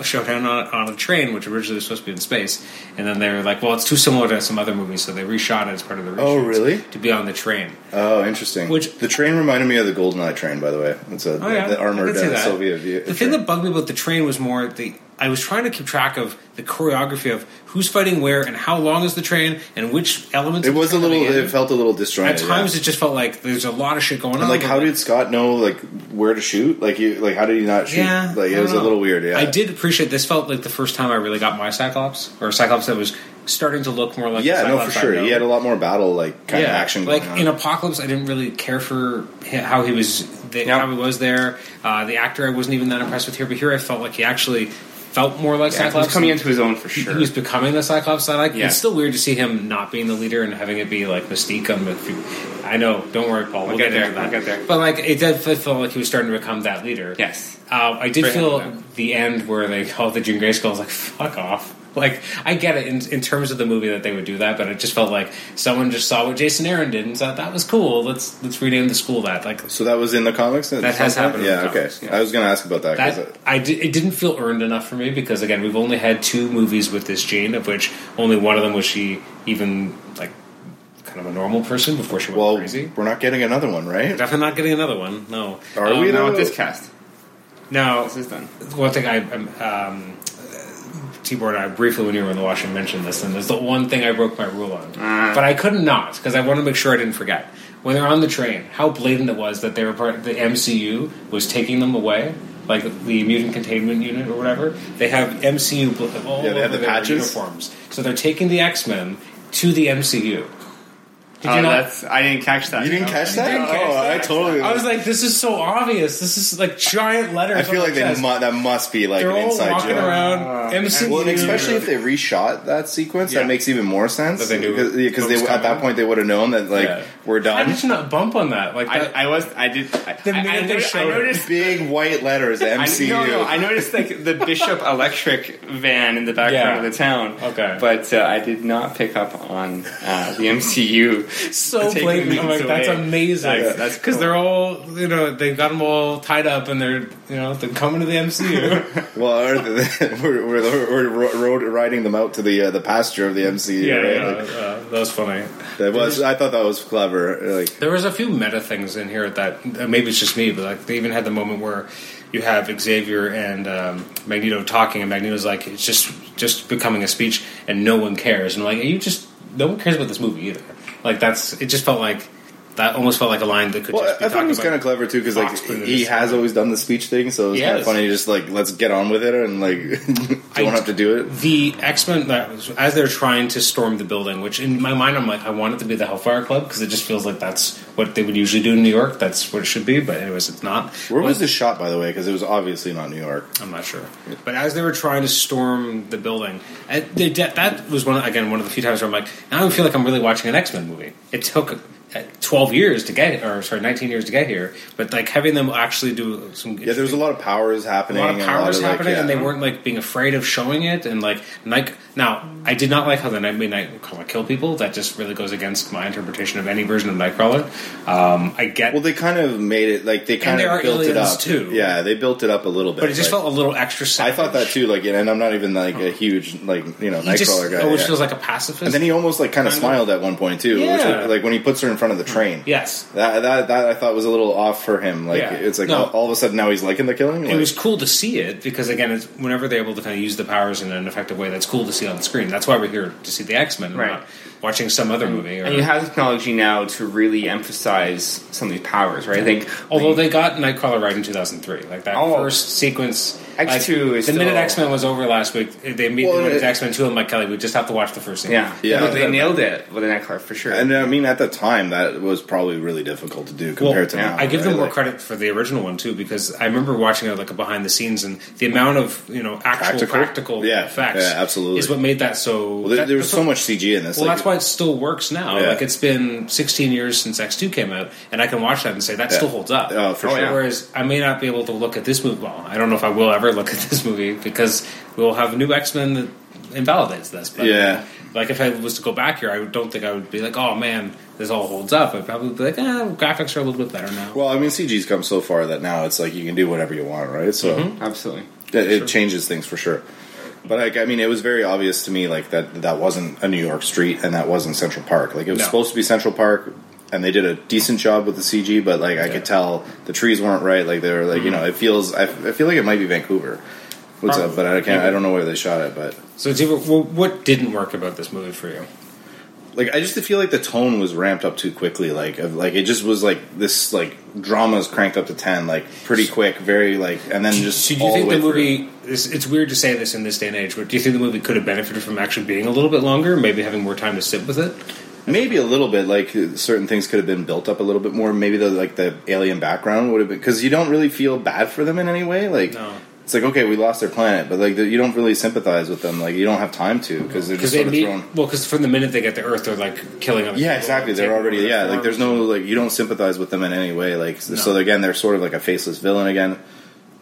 S1: showdown on, on a train, which originally was supposed to be in space, and then they were like, "Well, it's too similar to some other movies," so they reshot it as part of the reshoots
S4: Oh, really?
S1: to be on the train.
S4: Oh, interesting.
S1: Which-
S4: the train reminded me of the Goldeneye train, by the way. It's a
S1: Oh yeah,
S4: the
S1: I
S4: armored
S1: can see
S4: uh,
S1: that.
S4: Soviet. View,
S1: The thing that bugged me about the train was more the I was trying to keep track of the choreography of who's fighting where and how long is the train and which elements.
S4: it
S1: of
S4: was a
S1: the train
S4: little.
S1: are they in.
S4: It felt a little disjointed.
S1: At
S4: yeah.
S1: times, it just felt like there's a lot of shit going on.
S4: And like, how
S1: but-
S4: did Scott know like where to shoot? Like, you like, how did he not shoot?
S1: Yeah,
S4: like,
S1: I
S4: it
S1: don't
S4: was
S1: know.
S4: a little weird. Yeah,
S1: I did appreciate this. Felt like the first time I really got my Cyclops or a Cyclops that was starting to look more like
S4: Yeah,
S1: The
S4: no,
S1: Cyclops
S4: for
S1: I
S4: sure.
S1: know.
S4: He had a lot more battle, like kind of action.
S1: Like
S4: going on.
S1: in Apocalypse, I didn't really care for hi- how he was, the,
S3: Yeah.
S1: how he was there. Uh, the actor, I wasn't even that impressed with here, but here I felt like he actually felt more like
S3: Yeah,
S1: Cyclops.
S3: he's coming into his own for
S1: He
S3: sure.
S1: was becoming the Cyclops that I like.
S3: Yeah.
S1: It's still weird to see him not being the leader and having it be like Mystique. On the, I know, don't worry, Paul. We'll,
S3: get there,
S1: into that.
S3: we'll get there.
S1: But like, it did it felt like he was starting to become that leader.
S3: Yes.
S1: Um, I did
S3: Very
S1: feel
S3: happy with
S1: the end where they called the Jean Grey Skull. I was like, fuck off. Like, I get it in, in terms of the movie that they would do that, but it just felt like someone just saw what Jason Aaron did and thought that was cool. Let's let's rename the school that. Like
S4: so that was in the comics.
S1: That has happened in
S4: Yeah,
S1: the
S4: okay.
S1: comics, yeah.
S4: I was going to ask about that. 'cause
S1: that, I di- it didn't feel earned enough for me because again, we've only had two movies with this Jane, of which only one of them was she even like kind of a normal person before she
S4: it-
S1: went
S4: well,
S1: crazy.
S4: we're not getting another one, right?
S1: Definitely not getting another one. No,
S4: Are
S1: Um,
S4: we
S3: Not with
S4: though?
S3: this cast.
S1: No,
S3: This is done.
S1: one thing I um, Tibor and I briefly when you were in the washroom mentioned this, and it's the one thing I broke my rule on.
S4: Ah.
S1: But I could not because I wanted to make sure I didn't forget. When they're on the train, how blatant it was that they were part the MCU was taking them away, like the mutant containment unit or whatever. They have MCU bl- all
S4: Yeah, they have
S1: over
S4: the
S1: their
S4: patches.
S1: uniforms, so they're taking the X Men to the MCU. Did
S3: Oh,
S1: you not?
S3: that's I didn't catch that.
S4: You didn't
S3: No.
S4: catch that? oh, I totally.
S1: I was like, this is so obvious. This is like giant letters.
S4: I feel
S1: on
S4: like
S1: the
S4: they
S1: chest.
S4: mu- that must be like
S1: They're
S4: an
S1: all
S4: inside
S1: walking
S4: joke.
S1: around. MCU.
S4: Well, Uh, and especially if they reshot that sequence,
S1: Yeah.
S4: that makes even more sense.
S1: That they knew
S4: because
S1: it
S4: because they
S1: was
S4: at that
S1: coming.
S4: point they would have known that like
S1: Yeah.
S4: we're
S1: How
S4: done.
S1: did you not bump on that? Like that,
S3: I, I was. I did. I,
S1: The
S3: I- I,
S1: minute they
S3: noticed- I
S1: showed it.
S3: noticed.
S4: Big white letters
S3: I,
S4: MCU.
S3: no, no, I noticed like the Bishop Electric van in the background
S1: Yeah.
S3: of the town.
S1: Okay.
S3: but uh, I did not pick up on uh, the MCU.
S1: so
S3: taking
S1: blatant.
S3: the
S1: I'm like,
S3: mutants
S1: that's
S3: away.
S1: amazing.
S3: That's- that's
S1: because
S3: cool.
S1: they're all, you know, they got them all tied up, and they're, you know, they're coming to the MCU.
S4: Well, or the- we're, we're, we're ro- road riding them out to the uh, the pasture of the MCU.
S1: yeah,
S4: right?
S1: yeah,
S4: Like,
S1: uh, that was funny.
S4: that was I thought that was clever. Like
S1: There was a few meta things in here that uh, maybe it's just me, but like they even had the moment where you have Xavier and um, Magneto talking, and Magneto's like, it's just just becoming a speech, and no one cares. And I'm like, you just no one cares about this movie either. Like that's it. Just felt like that almost felt like a line that could.
S4: well,
S1: just be
S4: I thought it
S1: talking
S4: was
S1: about-
S4: kind of clever too because like
S1: Fox putting it
S4: he
S1: aside.
S4: has always done the speech thing, so it's kind
S1: Yes.
S4: of funny. Just like let's get on with it and like don't
S1: I-
S4: have to do it.
S1: the X Men that was, as they're trying to storm the building, which in my mind I'm like, I want it to be the Hellfire Club because it just feels like that's what they would usually do in New York. That's what it should be, but anyways, it's not.
S4: Where was
S1: But-
S4: this shot, by the way? Because it was obviously not New York.
S1: I'm not sure. But as they were trying to storm the building, I- they de- that was one again one of the few times where I'm like, now I feel like I'm really watching an X Men movie. It took uh, 12 years to get, or sorry, 19 years to get here, but like having them actually do some
S4: Yeah, there was a lot of powers happening.
S1: a lot of
S4: and
S1: powers
S4: like,
S1: happening,
S4: yeah.
S1: and they weren't like being afraid of showing it. And like, like now, I did not like how the Nightmare Night Nightcrawler kill people. That just really goes against my interpretation of any version of Nightcrawler. Um, I get,
S4: Well, they kind of made it like they kind
S1: there
S4: of
S1: are
S4: built it
S1: aliens,
S4: up
S1: too.
S4: Yeah, they built it up a little bit,
S1: but it just
S4: like-
S1: felt a little extra.
S4: I
S1: Savage.
S4: thought that too. Like, and I'm not even like a huge like you know
S1: He just
S4: Nightcrawler guy.
S1: always
S4: yeah.
S1: feels like a pacifist.
S4: And then he almost like kind of smiled at one point too. which,
S1: Yeah.
S4: like when he puts her in front of the train.
S1: Yes.
S4: That, that that I thought was a little off for him. Like
S1: Yeah.
S4: it's like
S1: No.
S4: all, all of a sudden now he's liking the killing.
S1: It
S4: Like,
S1: was cool to see it because again, it's, whenever they're able to kind of use the powers in an effective way, that's cool to see on the screen. That's why we're here to see the X Men,
S3: Right.
S1: Not watching some other movie. Or,
S3: And you have technology now to really emphasize some of these powers, right? I think
S1: although they got Nightcrawler right in two thousand three, like that
S3: Oh.
S1: first sequence.
S3: X2
S1: like,
S3: is
S1: the minute
S3: still-
S1: X Men was over last week, they immediately
S4: Well,
S1: went
S4: it-
S1: to X Men two. and Mike Kelly, we just have to watch the first.
S3: yeah,
S1: sequence.
S4: Yeah.
S3: But they nailed it with an X card for sure.
S4: and I mean at the time that was probably really difficult to do
S1: Well,
S4: compared to now.
S1: I give them
S4: right?
S1: more
S4: Like,
S1: credit for the original one too because I remember watching it like a behind the scenes and the amount of you know actual
S4: Practical?
S1: practical,
S4: Yeah.
S1: effects
S4: Yeah, absolutely.
S1: is what made that so.
S4: Well, there,
S1: that-
S4: there was
S1: that's what-
S4: so much CG in this.
S1: Well,
S4: like,
S1: that's why it still works now.
S4: Yeah.
S1: Like it's been 16 years since X2 came out, and I can watch that and say that
S4: Yeah.
S1: still holds up.
S4: Oh, for sure.
S1: Whereas I may not be able to look at this movie. Well, I don't know if I will ever look at this movie because we'll have new X Men that invalidates this. But
S4: Yeah.
S1: Like if I was to go back here, I don't think I would be like, oh man, this all holds up. I'd probably be like, eh, graphics are a little bit better now.
S4: Well, I mean, CG's come so far that now it's like you can do whatever you want, right? So
S1: Mm-hmm.
S3: Absolutely.
S4: it, it changes things for sure. But like, I mean, it was very obvious to me like that that wasn't a New York street and that wasn't Central Park. Like it was
S1: No.
S4: supposed to be Central Park, and they did a decent job with the CG, but like I
S1: Yeah. Mm-hmm.
S4: could tell the trees weren't right. Like they were like you know it feels I, I feel like it might be Vancouver. What's up? But I can't. I don't know where they shot it, but
S1: so, Diva, wh- what didn't work about this movie for you?
S4: like I just feel like the tone was ramped up too quickly. Like of, like it just was like this like drama's cranked up to ten like pretty quick, very like and then just
S1: So do you
S4: all
S1: think
S4: the,
S1: the
S4: way through.
S1: movie? It's, it's weird to say this in this day and age, but do you think the movie could have benefited from actually being a little bit longer, maybe having more time to sit with it?
S4: maybe a little bit like certain things could have been built up a little bit more. Maybe the like the alien background would have been because you don't really feel bad for them in any way. Like
S1: No.
S4: it's like okay, we lost their planet, but like the, you don't really sympathize with them. Like you don't have time to because they're
S1: Because
S4: just
S1: they
S4: sort of
S1: meet
S4: thrown.
S1: well, because from the minute they get to Earth, they're like killing other
S4: Yeah,
S1: people,
S4: exactly. They're
S1: taking
S4: already
S1: over their
S4: yeah. Like
S1: farms.
S4: there's no like you don't sympathize with them in any way. Like so- so
S1: No.
S4: again, they're sort of like a faceless villain again.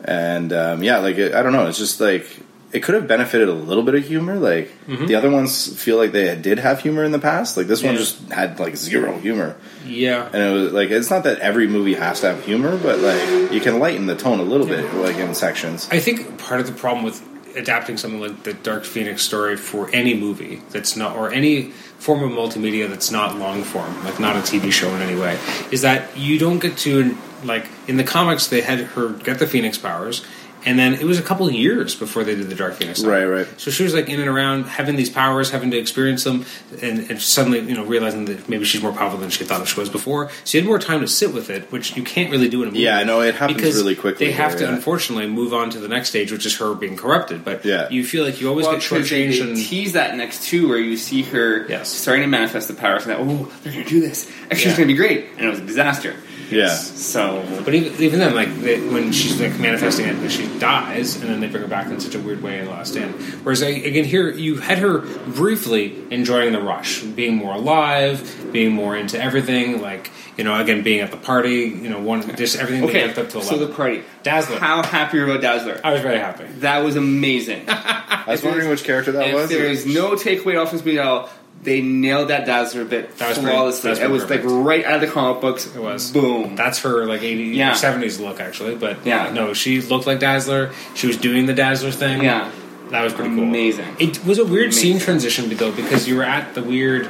S4: And um, yeah, like it, I don't know. It's just like it could have benefited a little bit of humor. Like the other ones feel like they did have humor in the past. Like this one
S1: Mm-hmm. Yeah.
S4: just had like zero humor.
S1: yeah.
S4: And it was like it's not that every movie has to have humor, but like you can lighten the tone a little bit, like in sections.
S1: I think part of the problem with adapting something like the Dark Phoenix story for any movie that's not, or any form of multimedia that's not long form, like not a TV show in any way, is that you don't get to, like, in the comics, they had her get the Phoenix powers, and then it was a couple of years before they did the Dark Phoenix.
S4: Right, right.
S1: So she was like in and around having these powers, having to experience them, and, and suddenly you know realizing that maybe she's more powerful than she thought she was before. So you had more time to sit with it, which you can't really do in a movie.
S4: Yeah, no, it happens really quickly
S1: They have
S4: here,
S1: to
S4: yeah.
S1: unfortunately move on to the next stage, which is her being corrupted. But
S4: Yeah.
S1: you feel like you always
S3: Well,
S1: get
S3: because they
S1: shortchanged. And,
S3: tease that next two where you see her
S1: Yes.
S3: starting to manifest the powers and that oh they're going to do this actually
S1: Yeah.
S3: it's going to be great and it was a disaster
S4: Yeah.
S3: so
S1: but even, even then, like they, when she's like manifesting it, and she dies, and then they bring her back in such a weird way in Last Stand. Whereas like, again, here you had her briefly enjoying the rush, being more alive, being more into everything. Like you know, again, being at the party. You know, one just everything being
S3: okay
S1: amped up to eleven.
S3: so the party
S1: Dazzler.
S3: how happy about Dazzler
S1: I was very happy.
S3: that was amazing
S4: I was wondering which character that
S3: if
S4: was.
S3: there is no takeaway off this movie at all they nailed that Dazzler bit
S1: That was great.
S3: flawlessly
S1: That's
S3: it was
S1: perfect.
S3: like right out of the comic books
S1: It was
S3: boom
S1: That's her like eighty
S3: Yeah.
S1: or seventies look actually, but
S3: Yeah.
S1: no, she looked like Dazzler. She was doing the Dazzler thing.
S3: Yeah.
S1: that was pretty cool.
S3: Amazing.
S1: It was a weird scene
S3: Amazing.
S1: transition though because you were at the weird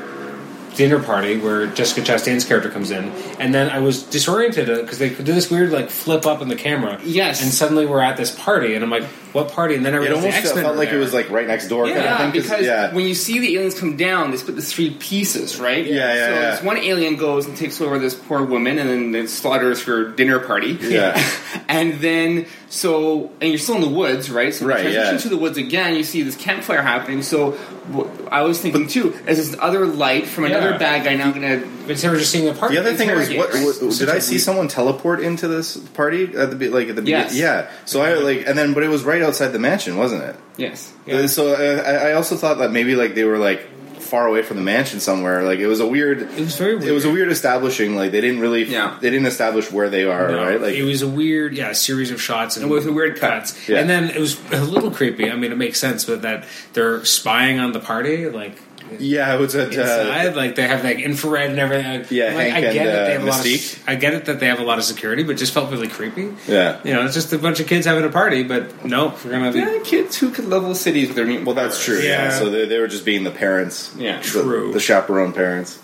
S1: dinner party where Jessica Chastain's character comes in, and then I was disoriented because they did this weird like flip up in the camera.
S3: Yes.
S1: and suddenly we're at this party, and I'm like, what party? And then I
S4: it
S1: realized the
S4: almost felt,
S1: X-Men
S4: felt
S1: were
S4: like
S1: there.
S4: it was like right next door. kind
S3: Yeah,
S4: of thing, 'cause-
S3: because
S4: yeah.
S3: when you see the aliens come down, they split the three pieces, right?
S4: Yeah, yeah,
S3: So
S4: yeah.
S3: this one alien goes and takes over this poor woman, and then it slaughters her dinner party.
S4: Yeah.
S3: and then so and you're still in the woods, right? So
S4: Right,
S3: You transition
S4: yeah.
S3: to the woods again. You see this campfire happening. So wh- I was thinking too, is this other light from another
S1: Yeah.
S3: bad guy now going to?
S1: But instead we're just seeing the party.
S4: The other thing was, what,
S3: Interrogate.
S4: what- did
S1: Such
S4: I
S1: a
S4: see
S1: weird-
S4: someone teleport into this party at the be- like at the
S3: Yes.
S4: beginning? Yeah. So I like, and then but it was right outside the mansion, wasn't it?
S3: Yes.
S4: Uh, So uh, I, I also thought that maybe like they were like far away from the mansion somewhere. Like it was a weird.
S1: It was very
S4: It was a weird establishing. Like they didn't really.
S3: Yeah.
S4: They didn't establish where they are.
S1: No,
S4: Right. Like
S1: it was a weird, yeah, series of shots and
S3: It was a weird cut.
S4: Yeah.
S1: And then it was a little creepy. I mean, it makes sense, but that they're spying on the party, like
S4: yeah, it was a. Uh,
S1: inside, like they have like infrared and everything. Like,
S4: Yeah,
S1: I'm like,
S4: Hank
S1: I get
S4: and,
S1: it. They
S4: uh,
S1: have a lot
S4: Mystique.
S1: of, I get it that they have a lot of security, but it just felt really creepy.
S4: yeah.
S1: You know, it's just a bunch of kids having a party, but no, we're gonna
S3: There
S1: be
S3: are kids who could level cities with their mutant
S4: Well, that's true.
S3: powers.
S4: Yeah.
S1: Yeah.
S4: So they, they were just being the parents.
S3: Yeah.
S4: The-
S1: True.
S4: The, chaperone parents.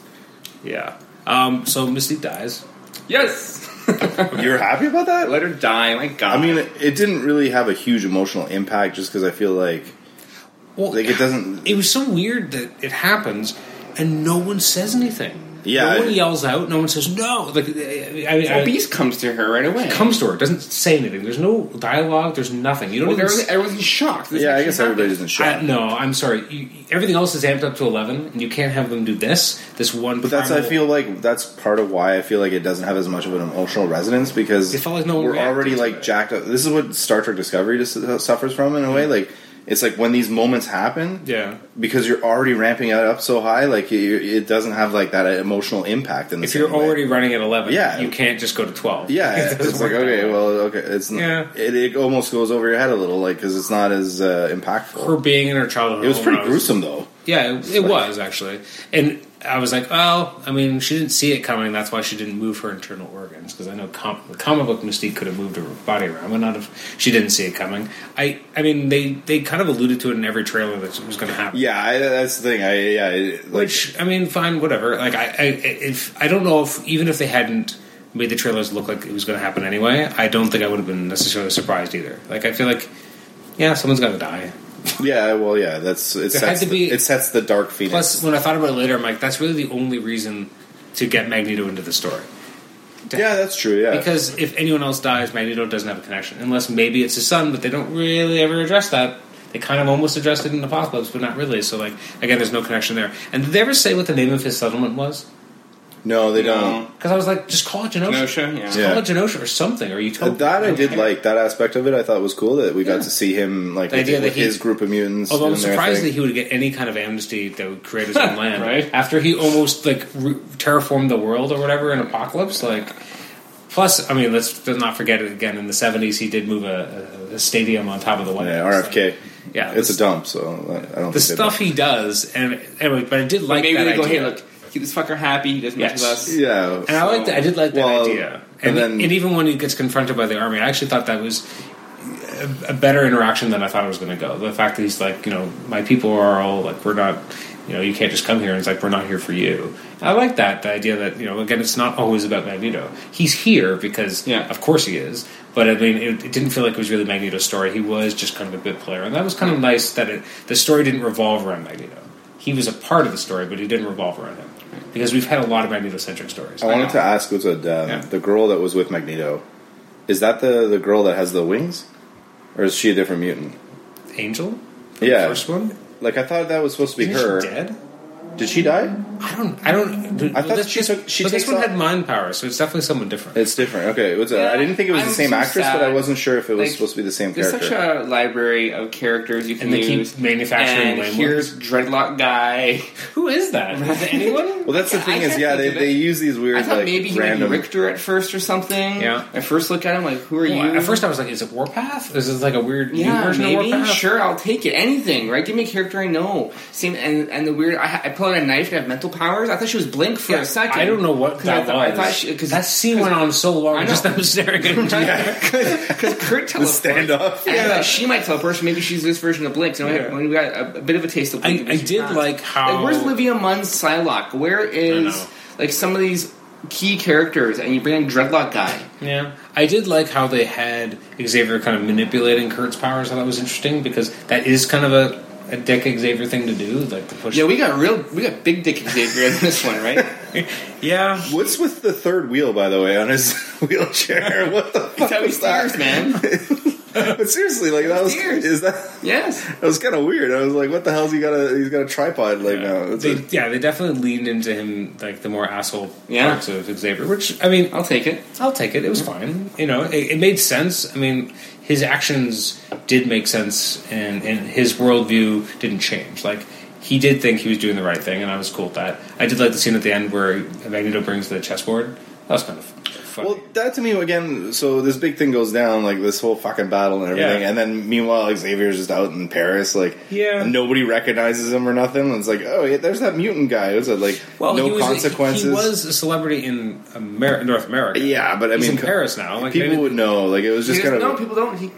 S1: yeah. Um, so Misty dies.
S5: Yes.
S4: You're happy about that?
S5: Let her die. My God.
S4: I mean, it, it didn't really have a huge emotional impact, just because I feel like
S1: Well,
S4: like it doesn't.
S1: it was so weird that it happens and no one says anything.
S4: Yeah,
S1: no one
S4: I-
S1: yells out. No one says no. Like I, I, I,
S5: Well, Beast comes to her right away.
S1: comes to her, doesn't say anything. There's no dialogue. There's nothing. You don't
S5: Well,
S1: even.
S5: everyone-
S1: s-
S5: everyone's in shock. This
S4: Yeah, I
S5: actually
S4: guess
S5: happened.
S4: everybody's in
S1: I,
S4: shock.
S1: no, I'm sorry. You, everything else is amped up to eleven, and you can't have them do this. This one.
S4: But that's I
S1: primal-
S4: feel like that's part of why I feel like it doesn't have as much of an emotional resonance because
S1: It felt like no one
S4: we're
S1: reacted
S4: already
S1: to
S4: like
S1: it.
S4: jacked up. This is what Star Trek Discovery just suffers from in a
S1: Mm-hmm.
S4: way. Like it's like when these moments happen,
S1: Yeah.
S4: because you're already ramping it up so high, like you, it doesn't have like that emotional impact. In the
S1: If you're
S4: same way.
S1: already running at eleven,
S4: Yeah.
S1: you can't just go to twelve.
S4: yeah,
S1: It doesn't
S4: it's
S1: work
S4: like
S1: that
S4: okay,
S1: way.
S4: well, okay, it's
S1: Yeah.
S4: it, it almost goes over your head a little, like because it's not as uh, impactful.
S1: her being in her childhood.
S4: it was
S1: home,
S4: pretty
S1: I
S4: gruesome though.
S1: Yeah, it, it was actually, and I was like, well, I mean, she didn't see it coming. That's why she didn't move her internal organs because I know com- the comic book Mystique could have moved her body around, but not if she didn't see it coming. I, I mean, they they kind of alluded to it in every trailer that was going to happen.
S4: Yeah, I, that's the thing. I yeah, it, like
S1: Which I mean, fine, whatever. Like I, I, if I don't know if even if they hadn't made the trailers look like it was going to happen anyway, I don't think I would have been necessarily surprised either. Like I feel like, yeah, someone's got to die.
S4: yeah, well, yeah, that's it.
S1: There
S4: Sets
S1: had to
S4: the,
S1: be-
S4: it sets the dark phoenix.
S1: Plus, when I thought about it later, I'm like, that's really the only reason to get Magneto into the story.
S4: Yeah, that's true. Yeah,
S1: Because if anyone else dies, Magneto doesn't have a connection. Unless maybe it's his son, but they don't really ever address that. They kind of almost addressed it in Apocalypse, but not really. So, like, again, there's no connection there. And did they ever say what the name of his settlement was?
S4: no, they
S5: No.
S4: don't.
S1: Because I was like, just call it Genosha.
S5: Genosha, yeah.
S1: Just
S4: Yeah.
S1: call it Genosha or something, or Utopia.
S4: Uh, That I
S1: don't
S4: did
S1: care.
S4: like that aspect of it. I thought was cool that we got
S1: Yeah.
S4: to see him like
S1: The
S4: with,
S1: idea that
S4: with
S1: he-
S4: his group of mutants.
S1: Although I'm
S4: doing their
S1: surprised that
S4: thing.
S1: he would get any kind of amnesty that would create his own land.
S5: Right.
S1: After he almost like re- terraformed the world or whatever in Apocalypse, like. Plus, I mean, let's not forget it again. In the '70s, he did move a, a, a stadium on top of the White
S4: yeah,
S1: House.
S4: RFK.
S1: yeah,
S4: it's
S1: the-
S4: a dump. So I don't.
S1: the
S4: think they-
S1: stuff he does, and anyway, but I did like
S5: Maybe
S1: that
S5: they go,
S1: idea.
S5: hey, look, keep this fucker happy. He doesn't
S1: Yes.
S5: mess with us.
S4: Yeah,
S1: and I liked, I did like that
S4: Well,
S1: idea. And,
S4: and then-
S1: and even when he gets confronted by the army, I actually thought that was a, a better interaction than I thought it was going to go. The fact that he's like, you know, my people are all like, we're not, you know, you can't just come here. And it's like, we're not here for you. I like that the idea that you know, again, it's not always about Magneto. He's here because,
S5: Yeah.
S1: of course, he is. But I mean, it, it didn't feel like it was really Magneto's story. He was just kind of a bit player, and that was kind of nice that it, the story didn't revolve around Magneto. He was a part of the story, but he didn't revolve around him because we've had a lot of Magneto-centric stories.
S4: I wanted to ask what's um,
S1: Yeah.
S4: the girl that was with Magneto. Is that the the girl that has the wings, or is she a different mutant?
S1: Angel,
S4: Yeah,
S1: first one.
S4: like I thought that was supposed to be
S1: Isn't
S4: her.
S1: she dead?
S4: Did she die?
S1: I don't. I don't.
S4: I thought
S1: this,
S4: she
S1: this-
S4: took- she
S1: but this
S4: takes
S1: one
S4: off-
S1: had mind power, so it's definitely someone different.
S4: It's different. Okay, it was a, I didn't think it was
S5: I'm
S4: the same
S5: so
S4: actress, but I
S5: sad.
S4: wasn't sure if it was
S5: Like,
S4: supposed to be the same
S5: There's
S4: character.
S5: such a library of characters you can
S1: And they keep
S5: use.
S1: manufacturing
S5: and
S1: lame
S5: here's dreadlock guy.
S1: Who is that? Is it anyone?
S4: Well, that's the
S5: Yeah,
S4: thing
S5: I
S4: is,
S5: can't
S4: yeah, they,
S5: think of it.
S4: they use these weird
S5: I thought
S4: like
S5: maybe he
S4: random.
S5: might be Richter at first or something.
S1: Yeah.
S5: I first look at him like, who are
S1: Well,
S5: you?
S1: at first, I was like, "Is it Warpath? Is this like a weird new
S5: yeah,
S1: version of
S5: maybe.
S1: Warpath?"
S5: Sure, I'll take it. Anything, right? Give me a character I know. Same, and and the weird. I, ha- I pull out a knife and have mental powers. I thought she was Blink for
S1: Yeah,
S5: a second.
S1: I don't know what
S5: 'Cause
S1: that
S5: I thought,
S1: was.
S5: I thought she, cause,
S1: that scene went on so
S5: I
S1: long.
S5: know.
S1: Just them staring at each other.
S5: because
S4: The
S5: Kurt teleports.
S4: standoff.
S5: I thought she might teleport. So maybe she's this version of Blink. So we-
S1: Yeah.
S5: we got a, a bit of a taste of
S1: I,
S5: Blink.
S1: I
S5: because she's
S1: did
S5: not.
S1: like how.
S5: Like, where's Livia Munn's Psylocke? Where is
S1: know.
S5: like some of these key characters? And you bring in Dreadlock guy.
S1: Yeah, I did like how they had Xavier kind of manipulating Kurt's powers. I thought was interesting because that is kind of a, a dick Xavier thing to do, like to push.
S5: Yeah, we got real. We got big dick Xavier in this one, right?
S1: yeah.
S4: What's with the third wheel, by the way, on his wheelchair? What the fuck
S5: That
S4: was
S5: was
S4: that?
S5: tears, man.
S4: But seriously, like that was
S5: Upstairs.
S4: is that
S5: Yes.
S4: that was kind of weird. I was like, what the hell's he got? A he's got a tripod like now. It's
S1: They,
S4: a-
S1: yeah, they definitely leaned into him like the more asshole
S5: Yeah.
S1: parts of Xavier, which I mean,
S5: I'll take it.
S1: I'll take it. It was fine. You know, it, it made sense. I mean, his actions did make sense, and, and his worldview didn't change. Like, he did think he was doing the right thing, and I was cool with that. I did like the scene at the end where Magneto brings the chessboard. That was kind of funny.
S4: well, that to me again. So this big thing goes down, like this whole fucking battle and everything,
S1: Yeah.
S4: and then meanwhile Xavier's just out in Paris, like
S1: Yeah.
S4: and nobody recognizes him or nothing. And it's like, oh, yeah, there's that mutant guy. It was like no
S1: he was-
S4: consequences.
S1: He, was a celebrity in Amer- North America.
S4: Yeah, but I
S1: He's
S4: mean,
S1: in Paris now. Like,
S4: people
S1: maybe-
S4: would know. Like it was
S5: He
S4: just kind
S5: doesn't-
S4: of
S5: no, people don't. He,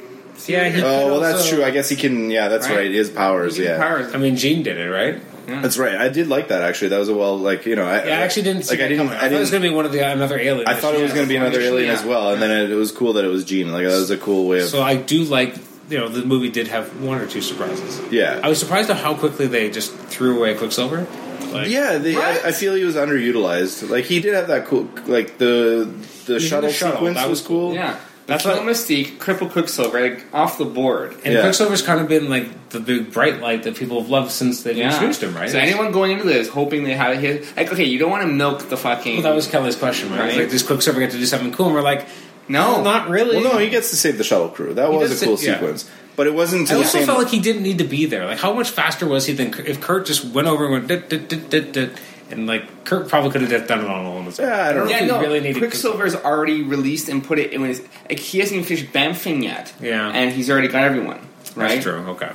S1: Yeah, he-
S4: Oh well, that's
S1: also-
S4: true. I guess he can. Yeah, that's
S5: Right.
S4: right. His powers. Yeah,
S5: Powers.
S1: I mean, Gene did it, right?
S4: that's right. I did like that actually. That was a well, like you know, I,
S1: Yeah, I actually didn't see
S4: like
S1: that
S4: I didn't.
S1: coming. I,
S4: I
S1: thought it was going
S4: didn't.
S1: to be one of the another alien.
S4: I thought it was going to be another alien
S5: yeah.
S4: as well, and then it, it was cool that it was Gene. Like that was a cool way of.
S1: So I do like you know the movie did have one or two surprises.
S4: Yeah.
S1: I was surprised at how quickly they just threw away Quicksilver. Like,
S4: yeah, they,
S5: Right?
S4: I, I feel he was underutilized. Like he did have that cool, like the the shuttle,
S1: shuttle,
S4: sequence
S1: that
S4: was
S1: was
S4: cool.
S5: Yeah.
S1: That's
S5: That's Kill
S1: what-
S5: Mystique, Cripple Quicksilver, like, off the board.
S1: and
S4: Yeah.
S1: Quicksilver's kind of been like the big bright light that people have loved since they
S5: Yeah.
S1: introduced him, right?
S5: So anyone going into this hoping they had his like, okay, you don't want to milk the fucking.
S1: Well, that was Kelly's question, right?
S5: Right.
S1: Like, does Quicksilver get to do something cool? And we're like,
S5: no,
S1: not really.
S4: Well, no, he gets to save the shuttle crew. That
S1: He
S4: was
S1: does
S4: a cool
S1: sa- yeah.
S4: sequence, but it wasn't. To
S1: I
S4: the
S1: also
S4: same,
S1: felt like he didn't need to be there. Like, how much faster was he than Kurt- if Kurt just went over and went dit, dit, dit, dit, dit, and like Kurt probably could have just done it on all on his own.
S4: Yeah, I don't know.
S1: if
S5: Yeah,
S1: he
S5: no.
S1: really needed
S5: Quicksilver's already released and put it in his. Like, he hasn't even finished bamfing yet.
S1: Yeah.
S5: and he's already got everyone. Right.
S1: That's true. Okay.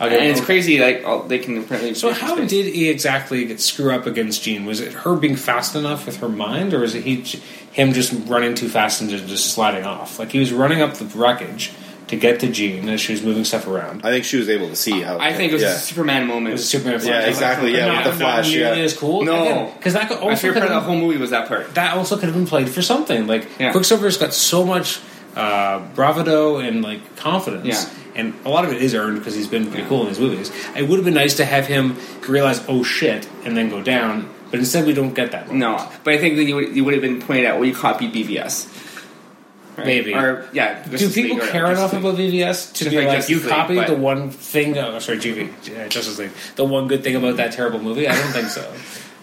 S5: And it's crazy. Like all, they can apparently.
S1: So how did he exactly get screw up against Jean? Was it her being fast enough with her mind, or was it he, him just running too fast and just- just sliding off? Like he was running up the wreckage to get to Jean as she was moving stuff around.
S4: I think she was able to see how.
S5: I think it was
S4: yeah.
S5: a Superman moment.
S1: It was a Superman.
S4: Yeah, exactly, yeah,
S1: not,
S4: with the Flash,
S1: Not nearly
S4: yeah.
S1: as cool.
S5: No.
S1: because that could
S5: My
S1: also
S5: favorite part
S1: could've
S5: of the
S1: been-
S5: whole movie was that part.
S1: that also could have been played for something. Like
S5: Yeah.
S1: Quicksilver's got so much uh, bravado and like confidence,
S5: Yeah.
S1: and a lot of it is earned because he's been pretty cool in his movies. It would have been nice to have him realize, oh shit, and then go down. But instead, we don't get that.
S5: No, but I think then you would, you would have been pointed out. Well, you copied BVS. Right?
S1: Maybe.
S5: Or yeah.
S1: Do
S5: Justice
S1: people
S5: League or
S1: care enough
S5: Justice League.
S1: about VVS to
S5: Just
S1: be
S5: like
S1: like,
S5: Justice
S1: you
S5: League,
S1: copied
S5: but-
S1: the one thing? Oh, sorry, GV, uh, Justice League. The one good thing about that terrible movie? I don't think so.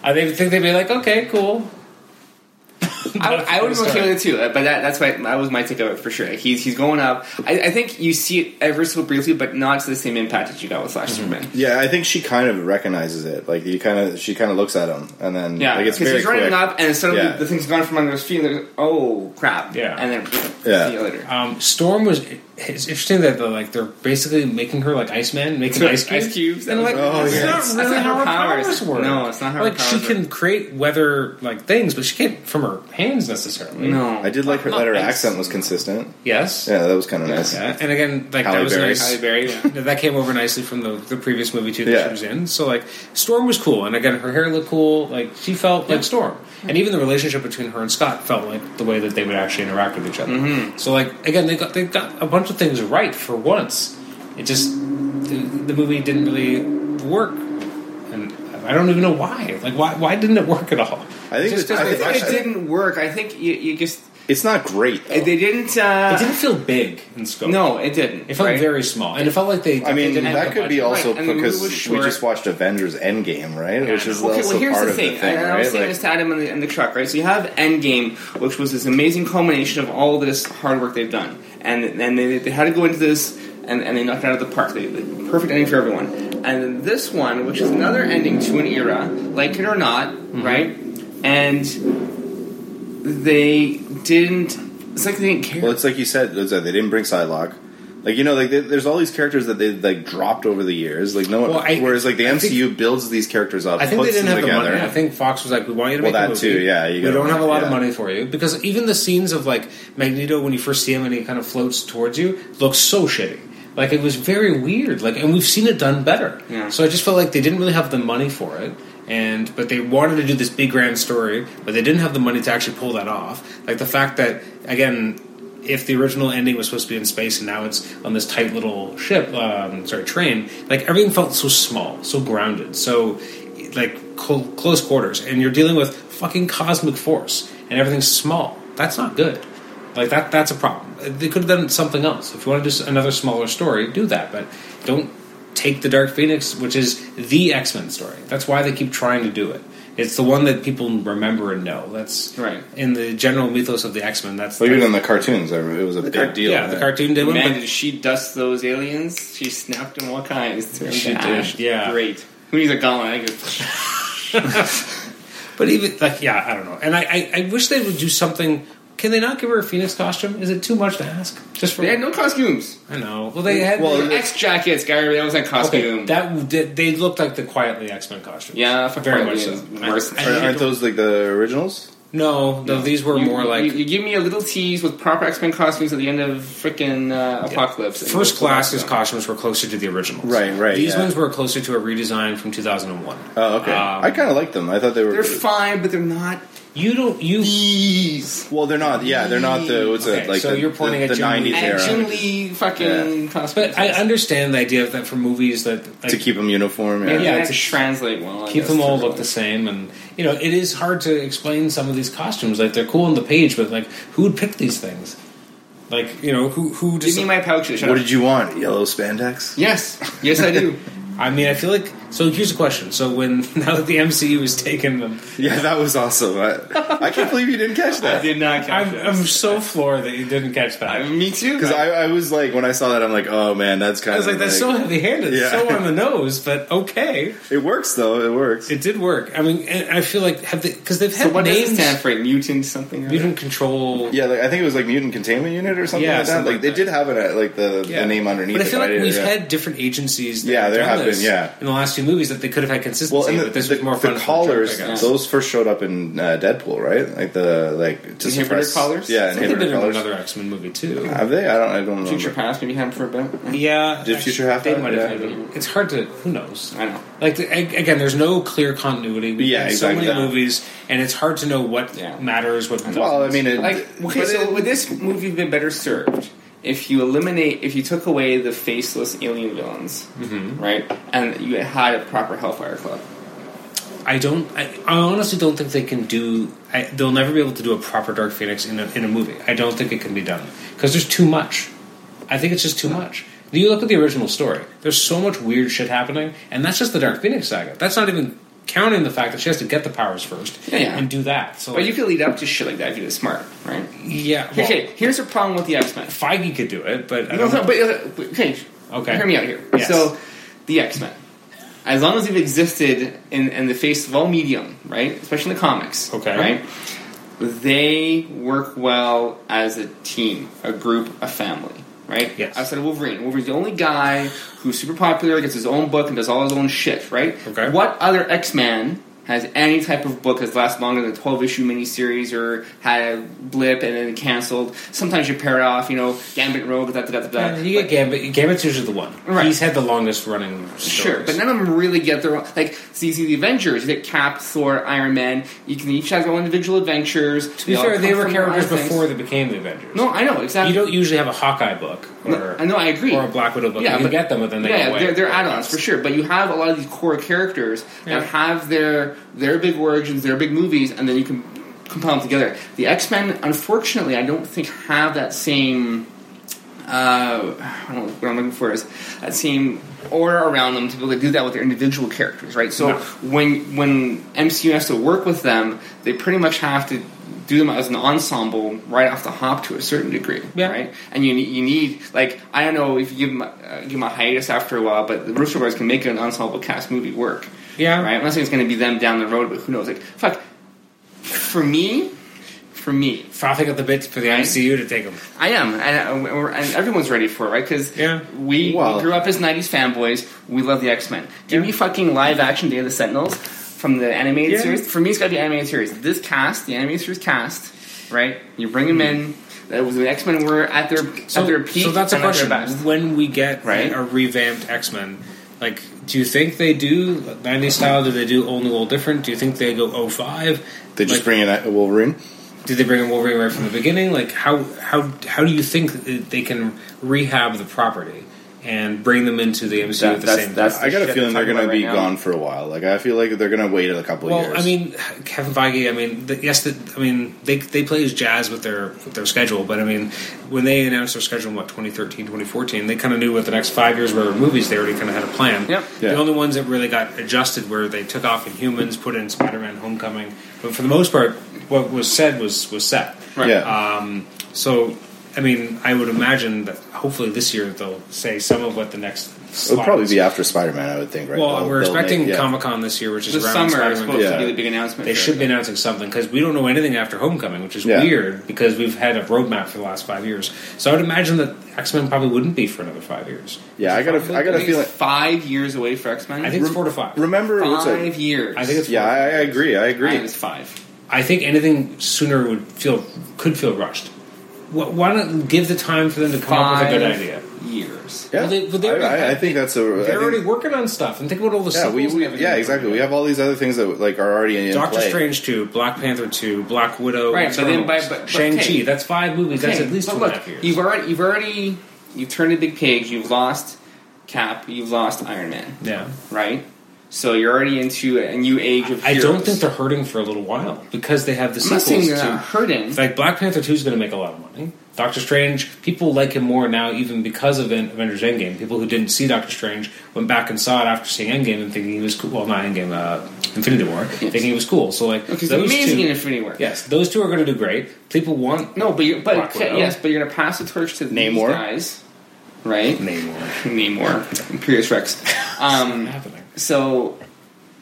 S1: I think think they'd be like, okay, cool.
S5: I, would- I would have been
S1: Sorry.
S5: okay with it too, uh, but that, that's my that was my take of it for sure. He's he's going up. I, I think you see it ever so briefly, but not to the same impact that you got with Flash
S1: Mm-hmm.
S5: Superman.
S4: Yeah, I think she kind of recognizes it. Like you kind of, she kind of looks at him, and then
S5: Yeah,
S4: like it's
S5: because
S4: very
S5: he's running
S4: quick.
S5: up, and suddenly
S4: Yeah.
S5: the thing's gone from under his feet. And they're oh crap!
S1: Yeah.
S5: and then pfft,
S4: Yeah.
S5: see you later.
S1: Um, Storm was. It's interesting that they're like they're basically making her like Iceman, making ice cubes.
S5: Ice cubes,
S1: And like,
S5: that was-
S1: that's
S4: Oh, yeah.
S1: not
S5: That's
S1: really
S5: not
S1: how
S5: her
S1: her powers.
S5: powers.
S1: work.
S5: No, it's not how her
S1: Like she
S5: powers
S1: can
S5: work.
S1: create weather like things, but she can't from her hands necessarily.
S5: no,
S4: I did like her that her
S1: Not-
S4: accent was consistent.
S1: Yes.
S4: Yeah, that was kind of nice.
S1: Yeah, And again, like that
S4: Halle
S1: was
S4: Berry's-
S1: nice.
S4: Halle
S1: Berry, that came over nicely from the, the previous movie too that
S4: Yeah.
S1: she was in. So like, Storm was cool, and again, her hair looked cool. Like she felt like Storm, and even the relationship between her and Scott felt like the way that they would actually interact with each other.
S4: Mm-hmm.
S1: So like, again, they got they got a bunch of things right for once. It just the, the movie didn't really work, and I don't even know why. Like, why why didn't it work at all?
S4: I think
S1: Just
S4: the-
S1: doesn't-
S5: I think
S4: Actually-
S5: it didn't work. I think you, you just
S4: It's not great. Though.
S5: they didn't. Uh,
S1: it didn't feel big in scope.
S5: No, it didn't.
S1: It felt
S5: right?
S1: very small, and it felt like they.
S4: I mean,
S1: they didn't have
S4: that
S1: the
S4: could be
S1: budget.
S4: also
S5: Right, and the
S4: because
S5: movie was
S4: we
S5: short.
S4: just watched Avengers Endgame, right? Which is
S5: Okay,
S4: also
S5: well, here's
S4: part
S5: the
S4: of
S5: thing.
S4: the thing,
S5: and I was
S4: right?
S5: saying
S4: Like-
S5: this to Adam in the, in the truck, right? So you have Endgame, which was this amazing culmination of all this hard work they've done, and and they, they had to go into this, and, and they knocked it out of the park. They, the perfect ending for everyone. And then this one, which is another ending to an era, like it or not, right? And they didn't. It's like they didn't care.
S4: Well, it's like you said, it's like they didn't bring Psylocke. Like you know, like they, there's all these characters that they like dropped over the years. Like no one,
S1: Well, I-
S4: whereas like the
S1: I think-
S4: MCU builds these characters up,
S1: I think they
S4: puts
S1: didn't have
S4: them together.
S1: the money. I think Fox was like, "We want you to
S4: Well,
S1: make a
S4: that
S1: movie.
S4: too, yeah, you
S1: we
S4: gotta-
S1: don't have a lot of
S4: yeah.
S1: money for you because even the scenes of like Magneto when you first see him and he kind of floats towards you looks so shitty. Like it was very weird. Like, and we've seen it done better.
S5: Yeah.
S1: So I just felt like they didn't really have the money for it. And but they wanted to do this big grand story, but they didn't have the money to actually pull that off. Like the fact that again, if the original ending was supposed to be in space and now it's on this tight little ship, um, sorry, train, like everything felt so small, so grounded, so like cl- close quarters, and you're dealing with fucking cosmic force, and everything's small. That's not good. Like that, that's a problem. They could have done something else. If you want to do another smaller story, do that, but don't take the Dark Phoenix, which is the X Men story. That's why they keep trying to do it. It's the one that people remember and know. That's
S5: Right.
S1: In the general mythos of the X Men, that's
S4: Well, even in the cartoons, I remember, it was a big
S5: car-
S4: deal.
S1: yeah, the cartoon did one.
S5: Man,
S1: But
S5: did she dust those aliens? She snapped them all kinds. Turned
S1: She
S5: to
S1: did,
S5: ash.
S1: yeah.
S5: Great. Who needs a gauntlet? I could-
S1: but even like, yeah, I don't know. And I, I, I wish they would do something. Can they not give her a phoenix costume? Is it too much to ask? Just for
S5: They had no costumes.
S1: I know. Well, they had.
S4: Well,
S5: X jackets, Gary. That was a costume.
S1: okay, that did, they looked like the quietly X Men costumes.
S5: yeah,
S1: very much so.
S5: Worse.
S1: I- I-
S4: Aren't those like the originals?
S1: No, no, these were
S5: You-
S1: more like
S5: you, you give me a little tease with proper X Men costumes at the end of freaking uh, Apocalypse. and
S1: First
S5: we'll pull
S1: Class's
S5: that down.
S1: costumes were closer to the originals.
S4: Right, right,
S1: These
S4: yeah.
S1: ones were closer to a redesign from 2001.
S4: Oh, okay.
S1: Um,
S4: I kind of like them. I thought they were.
S5: They're fine, but they're not
S1: You don't you
S5: these.
S4: well, they're not. Yeah, they're not the. What's
S1: Okay,
S4: it like?
S1: so
S4: the,
S1: you're pointing
S4: the,
S1: at
S4: the
S1: Jim Lee.
S4: '90s
S5: And Jim
S4: era
S5: Lee fucking costumes.
S1: But I understand the idea of that for movies that like,
S4: to keep them uniform. Yeah.
S5: Maybe
S1: yeah,
S5: that
S1: it's a-
S5: translate well. I
S1: keep
S5: guess,
S1: them all
S5: to-
S1: look the same, and you know it is hard to explain some of these costumes. Like they're cool on the page, but like who would pick these things? Like you know who who
S5: Give
S1: just
S5: me my pouches.
S4: What did you want? Yellow spandex.
S5: Yes, yes, I do.
S1: I mean I feel like so. Here's a question. So when now that the MCU is taken, them,
S4: Yeah, that was awesome. I, I can't believe you didn't catch that.
S5: did not Uh,
S1: I'm, I'm so floored that you didn't catch that. I
S5: me too.
S4: Because I, I was like, when I saw that, I'm like, oh man, that's kind
S1: was
S4: of
S1: like that's so heavy handed,
S4: Yeah.
S1: so on the nose, but okay.
S4: it works though. It works.
S1: It did work. I mean, and I feel like have they because they've had
S5: So what does
S1: names.
S5: it stand for? Mutant something? or
S1: you don't control.
S4: yeah, like, I think it was like mutant containment unit or something
S1: Yeah,
S4: like that.
S1: something
S4: like,
S1: like
S4: they
S1: that.
S4: did have it at like the,
S1: Yeah.
S4: the name underneath.
S1: But I
S4: it,
S1: feel like
S4: didn't-
S1: we've
S4: yeah.
S1: had different agencies. That
S4: Yeah,
S1: have
S4: there
S1: done
S4: have been,
S1: this
S4: yeah.
S1: in the last few movies that they could have had consistency.
S4: Well, and the,
S1: but this
S4: the,
S1: was more
S4: the
S1: fun. for
S4: collars,
S1: joke, I guess.
S4: those first showed up in uh, Deadpool, right? Like the like to
S5: Inhibitor
S4: suppress-
S5: collars?
S4: Yeah,
S1: I think they did
S4: inhibitor
S1: it in
S4: collars.
S1: another X Men movie too.
S4: Have they? I don't. I don't
S5: future
S4: remember.
S5: past? Maybe had him for a bit.
S1: yeah,
S4: Did Future have
S1: They
S4: that?
S1: might have
S4: Yeah.
S1: had it. It's hard to. Who knows?
S5: I know.
S1: Like the, ag- again, there's no clear continuity. We've
S4: Yeah,
S1: done
S4: exactly.
S1: so many movies, and it's hard to know what
S5: Yeah.
S1: matters. What
S4: Well, I
S1: doesn't.
S4: mean, it,
S5: Like, okay,
S4: but
S5: so
S4: it-
S5: would this movie have been better served if you eliminate, if you took away the faceless alien villains, right, and you had a proper Hellfire Club?
S1: I don't. I, I honestly don't think they can do. I, they'll never be able to do a proper Dark Phoenix in a, in a movie. I don't think it can be done because there's too much. I think it's just too much. You look at the original story. There's so much weird shit happening, and that's just the Dark Phoenix saga. That's not even counting the fact that she has to get the powers first
S5: Yeah, yeah.
S1: and do that. So,
S5: But you could lead up to shit like that if you did it smart, right?
S1: yeah, well,
S5: Okay, here's the problem with the X Men.
S1: Feige could do it, but I
S5: No,
S1: don't
S5: no,
S1: know.
S5: but uh, okay,
S1: Okay.
S5: hear me out here.
S1: Yes.
S5: So, the X Men, as long as they've existed in, in the face of all medium, right, especially in the comics,
S1: Okay.
S5: right, they work well as a team, a group, a family, right?
S1: Yes.
S5: Outside of Wolverine, Wolverine's the only guy who's super popular, gets his own book, and does all his own shit, right?
S1: Okay.
S5: What other X Man? Has any type of book that's lasts longer than a twelve issue miniseries, or had a blip and then canceled. Sometimes you pair it off, you know, Gambit Rogue, da da da da. da.
S1: Uh, you get Gambit. Gambit's usually the one.
S5: Right.
S1: He's had the longest running.
S5: Sure,
S1: stories.
S5: but none of them really get their own. Like, see, see the Avengers, you get Cap, Thor, Iron Man. You can each have their own individual adventures.
S1: to be fair, they were characters before
S5: The-
S1: they became the Avengers.
S5: no, I know exactly.
S1: you don't usually have a Hawkeye book or
S5: No, I know, I agree.
S1: or a Black Widow book.
S5: Yeah,
S1: you can
S5: but-
S1: get them, but then they
S5: yeah,
S1: go away.
S5: they're, they're add-ons for sure. But you have a lot of these core characters
S1: Yeah.
S5: that have their their big origins, their big movies, and then you can compile them together. The X Men, unfortunately, I don't think have that same. Uh, I don't know what I'm looking for is that same aura around them to be able to do that with their individual characters, right? So
S1: No.
S5: when when MCU has to work with them, they pretty much have to do them as an ensemble right off the hop to a certain degree,
S1: Yeah.
S5: right? and you need, you need like I don't know if you give them, uh, give them a hiatus after a while, but the Rooster Brothers can make an ensemble cast movie work.
S1: Yeah.
S5: right. I'm not saying it's going to be them down the road, but who knows? Like fuck, for me, for me,
S1: frothing at the bit for the MCU to take them.
S5: I am, and, and we're- and everyone's ready for it, right? Because
S1: Yeah.
S5: we,
S4: Well-
S5: we grew up as '90s fanboys. We love the X Men. Give me fucking live action Day of the Sentinels from the animated
S1: Yeah.
S5: series. For me, it's got to be animated series. This cast, the animated series cast, right? You bring them in. That was when X Men were at their
S1: Mm-hmm. So,
S5: at their peak.
S1: so that's a
S5: and at their
S1: question.
S5: best.
S1: When we get
S5: Right.
S1: a revamped X Men, like, do you think they do 90s style? Do they do old new, old different? Do you think they go 05?
S4: they just
S1: like,
S4: bring in a Wolverine.
S1: Did they bring in Wolverine right from the beginning? Like, how how how do you think that they can rehab the property and bring them into the MCU
S5: That-
S1: at the
S5: that's-
S1: same
S5: that's-
S1: time?
S4: I got a
S5: shit
S4: feeling
S5: they're
S4: they're
S5: talking
S4: going to
S5: about
S4: be
S5: right now.
S4: gone for a while. Like I feel like they're going to wait a couple
S1: Well,
S4: years.
S1: I mean, Kevin Feige. I mean, th yes, that I mean they they play as jazz with their with their schedule, but I mean, when they announced their schedule in what 2013, 2014, they kind of knew what the next five years were of movies. They already kind of had a plan.
S5: Yep.
S4: Yeah.
S1: The only ones that really got adjusted were they took off in Humans, put in Spider Man Homecoming, but for the most part, what was said was was set.
S4: yeah,
S1: Um, so. I mean, I would imagine that hopefully this year they'll say some of what the next.
S4: it'll
S1: slot
S4: probably
S1: is.
S4: be after Spider Man. I would think. Right?
S1: Well,
S4: They'll-
S1: we're
S4: they'll
S1: expecting
S4: make- yeah.
S1: Comic Con this year, which is
S5: this
S1: around
S5: summer is
S1: Spider-Man.
S5: supposed
S4: Yeah.
S5: to be the big announcement.
S1: They
S5: for
S1: should
S5: it.
S1: be announcing something because we don't know anything after Homecoming, which is
S4: Yeah.
S1: weird because we've had a roadmap for the last five years. So I would imagine that X Men probably wouldn't be for another five years.
S4: Yeah, I got a, I got a
S5: I think
S4: feeling.
S5: it's five years away for X Men.
S1: I think it's four to five.
S4: Remember, what's
S5: five
S4: it?
S5: years.
S1: I think it's
S4: Yeah, I, I agree. I
S5: I
S4: agree.
S5: think it's five.
S1: I think anything sooner would feel could feel rushed. Wh- Why not give the time for them to come up with a good
S5: Five
S1: idea?
S5: years.
S4: Yeah,
S1: Well, they- well, they
S4: I-
S1: already
S4: I, I
S1: have-
S4: think that's a. I
S1: They're
S4: think-
S1: already working on stuff, and think about all the
S4: yeah, we,
S1: sequels and
S4: we
S1: everything.
S4: yeah, exactly. We have all these other things that like are already in
S1: Doctor
S4: play.
S1: Strange two, Black Panther two, Black Widow,
S5: Right, but then by-
S1: Eternals,
S5: but- but-
S1: Shang Chi.
S5: okay.
S1: That's five movies. That's
S5: Okay,
S1: at least
S5: but
S1: two and a half years.
S5: You've already, you've already, you've turned a big page. You've lost Cap. You've lost Iron Man.
S1: yeah.
S5: Right. So you're already into a new age of.
S1: I don't
S5: heroes.
S1: think they're hurting for a little while because they have the
S5: I'm not saying uh,
S1: sequels
S5: they're not
S1: to.
S5: hurting.
S1: Like Black Panther two is going to make a lot of money. Doctor Strange, people like him more now, even because of Aven- Avengers Endgame. People who didn't see Doctor Strange went back and saw it after seeing Endgame and thinking he was cool. Well, not Endgame, uh, Infinity War, thinking he was cool. So like
S5: Because
S1: those
S5: it's amazing
S1: two,
S5: in Infinity War.
S1: yes, those two are going to do great. People want
S5: No, but you're, but
S1: Black
S5: okay,
S1: Widow.
S5: yes, but you're gonna pass the torch to these
S4: Namor.
S5: guys, right?
S1: Namor.
S5: Namor, Imperius Rex. Um,
S1: happening.
S5: so,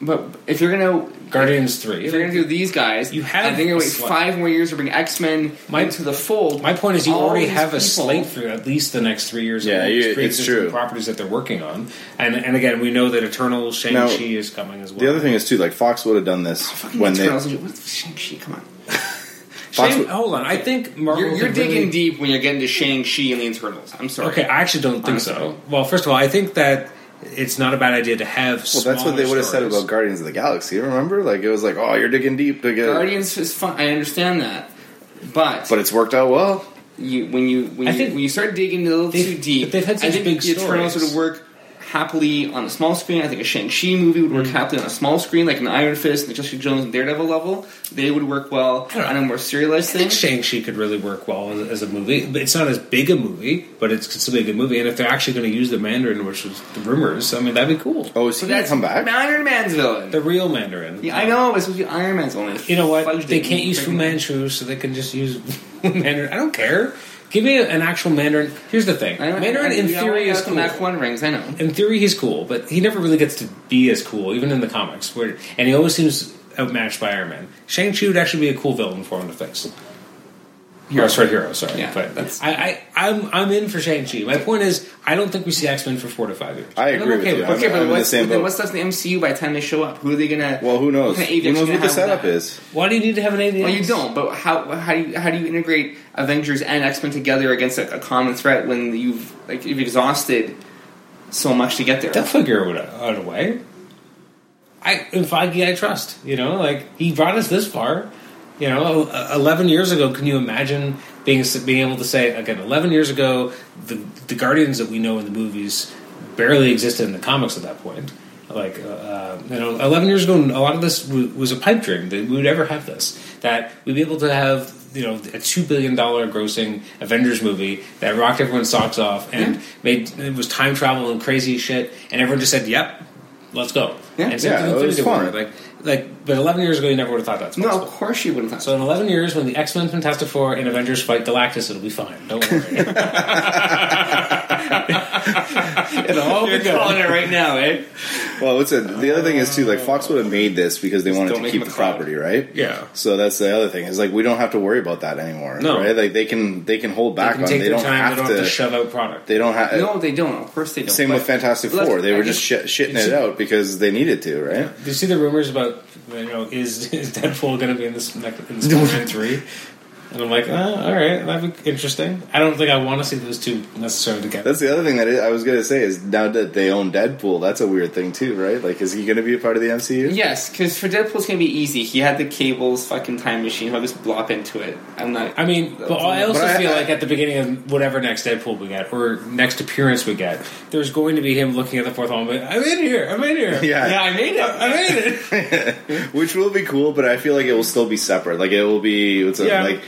S5: but if you're gonna
S1: Guardians three.
S5: if you're gonna do these guys,
S1: You have
S5: I think you're
S1: a
S5: gonna wait
S1: slot.
S5: five more years to bring X Men
S1: My-
S5: into the fold.
S1: My point is, you
S5: All
S1: already
S5: these
S1: have a
S5: people-
S1: slate for at least the next three years.
S4: Yeah,
S1: of all
S4: you-
S1: these
S4: it's
S1: pre-existing
S4: true.
S1: Properties that they're working on, and and again, we know that Eternal Shang
S4: Now,
S1: Chi is coming as well.
S4: The other thing is too, like Fox would have done this
S5: Fucking
S4: when they.
S5: Eternals, what Shang Chi? Come on,
S4: Fox
S1: Shang-
S4: would-
S1: hold on, I think Marvel.
S5: you're, you're
S1: could
S5: digging
S1: really-
S5: deep when you're getting to Shang Chi and the Eternals. I'm sorry.
S1: Okay, I actually don't think so. Well, first of all, I think that it's not a bad idea to have.
S4: Well, that's what they would have said about Guardians of the Galaxy. Remember, like it was like, oh, you're digging deep to get,
S5: Guardians is fun. I understand that, but
S4: but it's worked out well.
S5: you when you when
S1: I
S5: you
S1: think-
S5: when you start digging a little
S1: They've-
S5: too deep.
S1: but they've had
S5: I
S1: such
S5: think
S1: big
S5: the Eternals
S1: stories.
S5: would work happily on a small screen. I think a Shang Chi movie would work
S1: Mm.
S5: happily on a small screen, like an Iron Fist, and Jessica Jones, and Daredevil level. They would work well
S1: don't know.
S5: on a more serialized
S1: I
S5: thing.
S1: think Shang Chi could really work well as, as a movie. But It's not as big a movie, but it's still a good movie. And if they're actually going to use the Mandarin, which was the rumors, I mean, that'd be cool.
S4: Oh, so that's
S5: But that's
S4: come back.
S5: Iron Man's villain.
S1: The real Mandarin.
S5: yeah, I know it's supposed to be Iron Man's only.
S1: You know what?
S5: Fudged
S1: They
S5: it.
S1: can't use Fu Manchu, so they can just use Mandarin. I don't care. Give me an actual Mandarin. Here's the thing:
S5: I know-
S1: Mandarin
S5: I-
S1: in
S5: we all
S1: theory
S5: got
S1: is
S5: the
S1: cool.
S5: Mac One rings. I know.
S1: In theory, he's cool, but he never really gets to be as cool, even in the comics. Where and he always seems outmatched by Iron Man. Shang Chi would actually be a cool villain for him to face. Hero, sorry, hero, sorry.
S5: Yeah,
S1: but
S5: that's-
S1: I, I, I'm, I'm in for Shang Chi. My point is, I don't think we see X Men for four to five years.
S4: I
S1: And I'm
S4: agree with
S1: okay
S4: you. I'm-
S1: that.
S5: Okay, but
S4: in the
S5: what's,
S4: same
S5: but then
S4: boat.
S5: what's left in the MCU by the time they show up? Who are they gonna?
S4: Well, who knows?
S5: what kind of
S4: Who knows
S5: AVX you
S4: what the
S5: gonna have with
S4: setup
S5: that?
S4: is?
S1: Why do you need to have an AVX?
S5: Well, you don't. But how how do you how do you integrate Avengers and X Men together against a, a common threat when you've like you've exhausted so much to get there?
S1: They'll figure it out a way. I in Foggy, I trust. You know, like he brought us this far. You know, e- eleven years ago, can you imagine being being able to say again? Eleven years ago, the the Guardians that we know in the movies barely existed in the comics at that point. Like uh, uh, you know, eleven years ago, a lot of this w- was a pipe dream that we would ever have this. That we'd be able to have you know a two billion dollar grossing Avengers movie that rocked everyone's socks off and made it was time travel and crazy shit, and everyone just said, "Yep, let's go."
S5: Yeah.
S1: and same
S4: Yeah,
S1: thing
S4: it
S1: with
S4: was
S1: Infinity War.
S4: fun.
S1: Like, like, but 11 years ago, you never would have thought that's
S5: no,
S1: possible.
S5: of course you wouldn't. Have.
S1: So in 11 years, when the X Men, Fantastic Four, and Avengers fight Galactus, it'll be fine. Don't worry. it'll all be
S5: you're calling
S1: good.
S5: it right now, eh?
S4: Well, what's it? The other thing is too, like Fox would have made this because they wanted
S5: don't
S4: to
S5: make
S4: keep
S5: him a
S4: the
S5: clown.
S4: property, right?
S1: Yeah.
S4: So that's the other thing is like we don't have to worry about that anymore,
S1: No.
S4: right? Like they can they can hold
S1: They
S4: back
S1: can
S4: on.
S1: take
S4: They
S1: their
S4: don't,
S1: time.
S4: have
S1: They don't have to
S4: to.
S1: shove out product.
S4: They don't have.
S5: No, they don't. Of course they don't.
S4: Same
S5: But-
S4: with Fantastic
S5: look,
S4: Four. They were
S5: I
S4: just
S5: just-
S4: shit, shitting
S1: it's-
S4: it out because they needed to, right?
S1: Do you see the rumors about you know is, is Deadpool going to be in this next in Spider-Man three? And I'm like, oh, all right, that'd be interesting. I don't think I want to see those two necessarily together.
S4: That's the other thing that I I was going to say is now that they own Deadpool, that's a weird thing too, right? Like, is he going to be a part of the MCU?
S5: Yes, because for Deadpool it's gonna be easy. He had the cables, fucking time machine. He'll just blop into it. I'm not.
S1: I mean, but I also
S4: But I-
S1: feel
S4: I-
S1: like at the beginning of whatever next Deadpool we get or next appearance we get, there's going to be him looking at the fourth wall. and be like, I'm in here. I'm in here.
S4: Yeah.
S1: yeah, I made it. I made it.
S4: Which will be cool, but I feel like it will still be separate. Like, it will be what's it,
S1: Yeah.
S4: like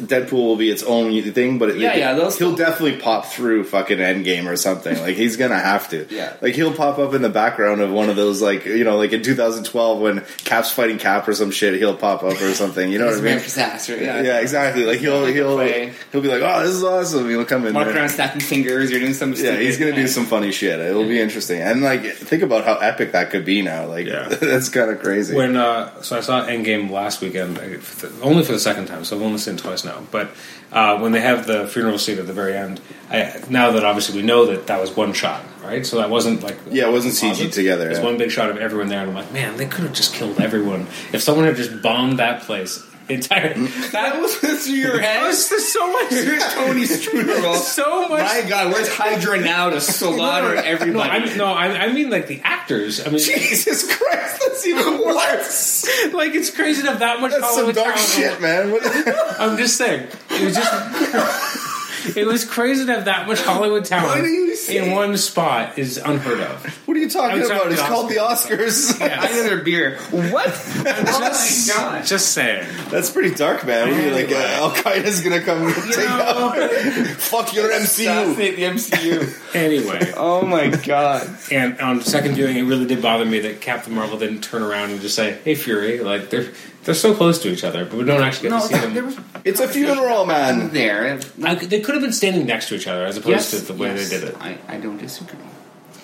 S4: Deadpool will be its own thing, but it,
S5: Yeah, yeah, they'll
S4: he'll
S5: still-
S4: definitely pop through fucking Endgame or something. Like, he's going to have to.
S5: Yeah.
S4: like he'll pop up in the background of one of those, like you know, like in 2012 when Cap's fighting Cap or some shit, he'll pop up or something. You know what I
S5: It's man
S4: mean?
S5: for disaster. Yeah.
S4: Yeah, exactly. Like he'll he'll
S5: Play.
S4: he'll be like, "Oh, this is awesome!" He'll come in.
S5: Walk
S4: there.
S5: around snapping fingers. You're doing some.
S4: Yeah,
S5: stupid-
S4: he's gonna do some funny shit. It'll be interesting. And like, think about how epic that could be now. Like,
S1: Yeah.
S4: that's kind of crazy.
S1: When uh, so I saw Endgame last weekend, I- for the- only for the second time, so I've only seen seen twice now, but uh, when they have the funeral scene at the very end, I, now that obviously we know that that was one shot, right? So that wasn't like
S4: Yeah, it wasn't CG
S1: composite.
S4: together,
S1: It's
S4: yeah.
S1: one big shot of everyone there, and I'm like, man, they could have just killed everyone if someone had just bombed that place entirely.
S4: Mm-hmm.
S1: that was through your head.
S5: so much Tony Struderville.
S1: so much.
S5: My God, where's Hydra now to slaughter
S1: no,
S5: everybody?
S1: I mean, no, I, I mean like the actors. I mean,
S5: Jesus Christ, that's even worse.
S1: like it's crazy to have that much.
S4: That's some
S1: Hollywood
S4: dark
S1: talent.
S4: shit, man. What-
S1: I'm just saying. It was just. It was crazy to have that much Hollywood
S4: What
S1: talent
S4: are you
S1: in
S4: saying?
S1: one spot is unheard of.
S4: What are you talking
S1: I'm sorry,
S4: about? It's
S1: the
S4: called the Oscars.
S5: Another beer. What?
S1: Oh Just, just saying.
S4: That's pretty dark, man. What are you like? Uh, Al Qaeda's gonna come and take
S1: know.
S4: out. Fuck your
S5: Stop
S4: MCU.
S5: it, the MCU.
S1: Anyway,
S5: Oh my God.
S1: and on second viewing, it really did bother me that Captain Marvel didn't turn around and just say, "Hey, Fury!" Like they're they're so close to each other, but we don't actually get
S5: No,
S1: to see them.
S5: there was
S4: It's a funeral, man.
S5: there.
S1: Like, they could have been standing next to each other as opposed to the way
S5: yes,
S1: they did it,
S5: I, I don't disagree.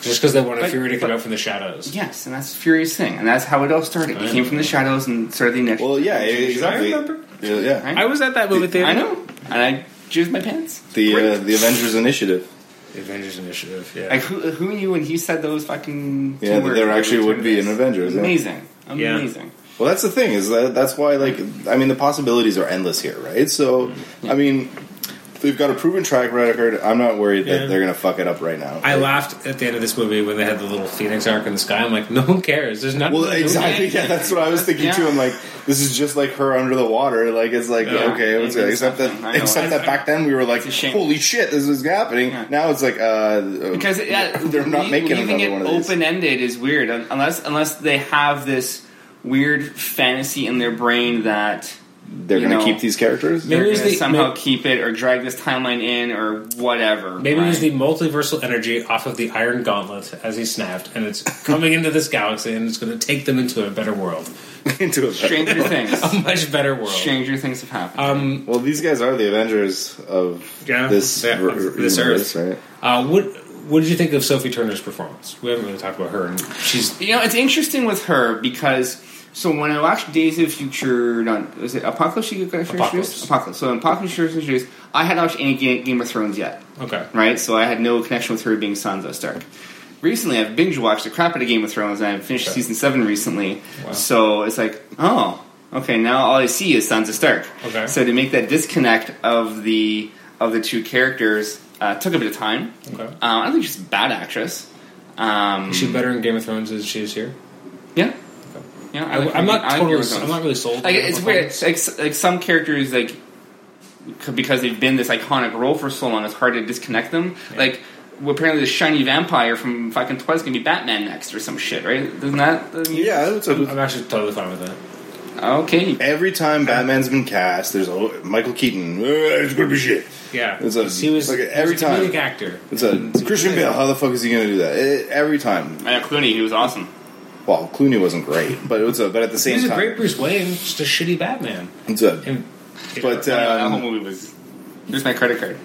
S1: just because they wanted
S5: But-
S1: Fury to come
S5: but-
S1: out from the shadows.
S5: Yes, and that's Fury's thing, and that's how it all started. He came from the shadows and started the next.
S4: Well, yeah, exactly.
S1: I remember.
S4: Yeah, yeah.
S1: I was at that movie theater.
S5: I know, and I jizzed my pants.
S4: the uh,
S5: Great.
S4: the Avengers Initiative.
S1: The Avengers Initiative. Yeah.
S5: Like who, who knew when he said those fucking two
S4: Yeah, that
S5: words
S4: there
S5: that
S4: actually
S5: we
S4: would be
S5: turned
S4: an
S5: this?
S4: Avengers, yeah.
S5: Amazing,
S1: Yeah.
S5: amazing.
S4: Well, that's the thing is that that's why like I mean the possibilities are endless here, right? So I mean they've got a proven track record. I'm not worried that
S1: Yeah.
S4: they're gonna fuck it up right now.
S1: I laughed at the end of this movie when they had the little phoenix arc in the sky. I'm like, no one cares. There's not.
S4: well, exactly. Yeah, that's what I was thinking too. I'm like, this is just like her under the water. Like it's like
S1: Yeah.
S4: okay, it's-
S5: It's
S4: except that
S5: nothing. I know.
S4: except that back then we were like,
S5: a shame.
S4: holy shit, this is happening.
S5: Yeah.
S4: Now it's like uh,
S5: Because it, yeah,
S4: they're not
S5: le-
S4: making
S5: leaving
S4: another
S5: it
S4: one of these.
S5: open ended is weird, un- unless unless they have this weird fantasy in their brain that
S4: They're
S5: you
S4: gonna
S5: know,
S4: keep these characters.
S1: Maybe
S5: they're
S1: it's
S5: going to
S1: the-
S5: somehow
S1: may-
S5: keep it or drag this timeline in or whatever.
S1: Maybe it was
S5: right?
S1: the multiversal energy off of the Iron Gauntlet as he snapped, and it's coming into this galaxy, and it's going to take them into a better world,
S4: into a
S5: Stranger Things.
S1: a much better world.
S5: Stranger Things have happened.
S1: Um,
S4: Well, these guys are the Avengers of
S1: Yeah,
S4: this
S1: yeah,
S4: r-
S1: of
S4: r-
S1: this
S4: universe,
S1: Earth.
S4: right?
S1: uh, what what did you think of Sophie Turner's performance? We haven't really talked about her, and she's
S5: You know, it's interesting with her because so when I watched Days of Future, not was it Apocalypse? She got
S1: Apocalypse.
S5: introduced. Apocalypse. So in Apocalypse, she got introduced. I hadn't watched any Ga- Game of Thrones yet,
S1: okay.
S5: right? So I had no connection with her being Sansa Stark. Recently, I've binge watched the crap out of Game of Thrones, and I finished
S1: Okay.
S5: season seven recently.
S1: Wow.
S5: So it's like, oh, okay, now all I see is Sansa Stark.
S1: Okay.
S5: So to make that disconnect of the of the two characters uh, took a bit of time.
S1: Okay.
S5: Um, I think she's a bad actress. Um,
S1: Is she better in Game of Thrones than she is here?
S5: yeah. Yeah,
S1: I,
S5: like-
S1: I'm not
S5: like
S1: totally.
S5: Game of
S1: I'm
S5: Thrones.
S1: not really sold. on
S5: Like
S1: her
S5: it's weird.
S1: performance.
S5: It's Like, s- like some characters, like c- because they've been this iconic role for so long, it's hard to disconnect them. Like well, apparently, the shiny vampire from fucking Twice gonna be Batman next or some shit, right? Doesn't that? doesn't-
S4: Yeah, it's a,
S5: Um,
S1: I'm actually totally fine with that.
S5: Okay.
S4: every time Batman's been cast, there's a, Michael Keaton. "Uh, It's gonna be shit.
S1: Yeah,
S4: It's a-
S1: he was
S4: like,
S1: he was
S4: every
S1: a
S4: time.
S1: comedic actor.
S4: It's a Christian Bale. How the fuck is he gonna do that? Eh, every time.
S5: Yeah, Clooney, he was awesome.
S4: Well, Clooney wasn't great, but it was a. But at the
S1: He
S4: same
S1: was a
S4: time,
S1: great Bruce Wayne, just a shitty Batman.
S4: it's a.
S1: And,
S4: But
S5: Yeah, Uh, that whole
S4: um,
S5: movie was. Here's my credit card.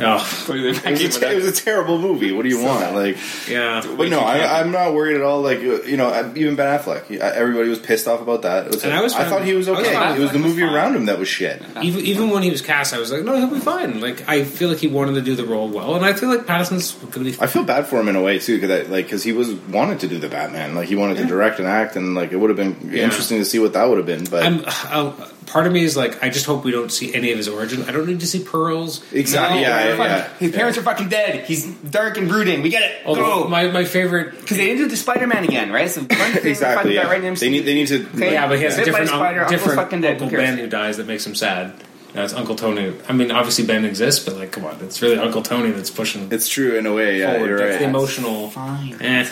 S1: oh,
S5: Totally back
S4: it,
S5: in
S4: was a,
S5: with
S4: it was
S5: that.
S4: a terrible movie. What do you want? Like,
S1: yeah.
S4: but no, I, I'm not worried at all. Like, you know, even Ben Affleck. he- Everybody was pissed off about that. It was
S1: And
S4: like-
S1: I was
S4: I
S1: fine
S4: thought
S1: with-
S4: he was
S1: I was
S4: okay.
S1: fine
S4: it
S1: with
S4: was the
S1: Affleck,
S4: movie
S1: was fine.
S4: around him that was shit.
S1: Even even when he was cast, I was like, no, he'll be fine. Like I feel like he wanted to do the role well, and I feel like Pattinson's going to be.
S4: I feel bad for him in a way too, because like 'cause he was wanted to do the Batman, like he wanted to direct and act, and like it would have been
S1: Yeah.
S4: interesting to see what that would have been. But
S1: I'm, uh, part of me is like, I just hope we don't see any of his origin. I don't need to see pearls.
S4: exactly,
S5: No,
S4: yeah, yeah,
S5: fuck.
S4: yeah.
S5: Oh, His parents are fucking dead. He's dark and brooding. We get it.
S1: Although
S4: Oh.
S5: Go.
S1: my my favorite,
S5: Because they didn't do the Spider-Man again, right? So one thing
S4: exactly.
S5: exactly,
S4: Yeah.
S5: right in
S4: They need they need to.
S5: Okay.
S1: yeah, but he has a
S5: Bit by
S1: different
S5: spider,
S1: un-
S5: Uncle's
S1: different
S5: fucking dead,
S1: Uncle
S5: who cares?
S1: Ben who dies that makes him sad. Now it's Uncle Tony. I mean, obviously Ben exists, but like, come on, it's really Uncle Tony that's pushing
S4: It's true in a way. Yeah,
S1: forward.
S4: you're
S1: That's the
S4: right.
S1: emotional.
S5: Fine.
S1: Eh,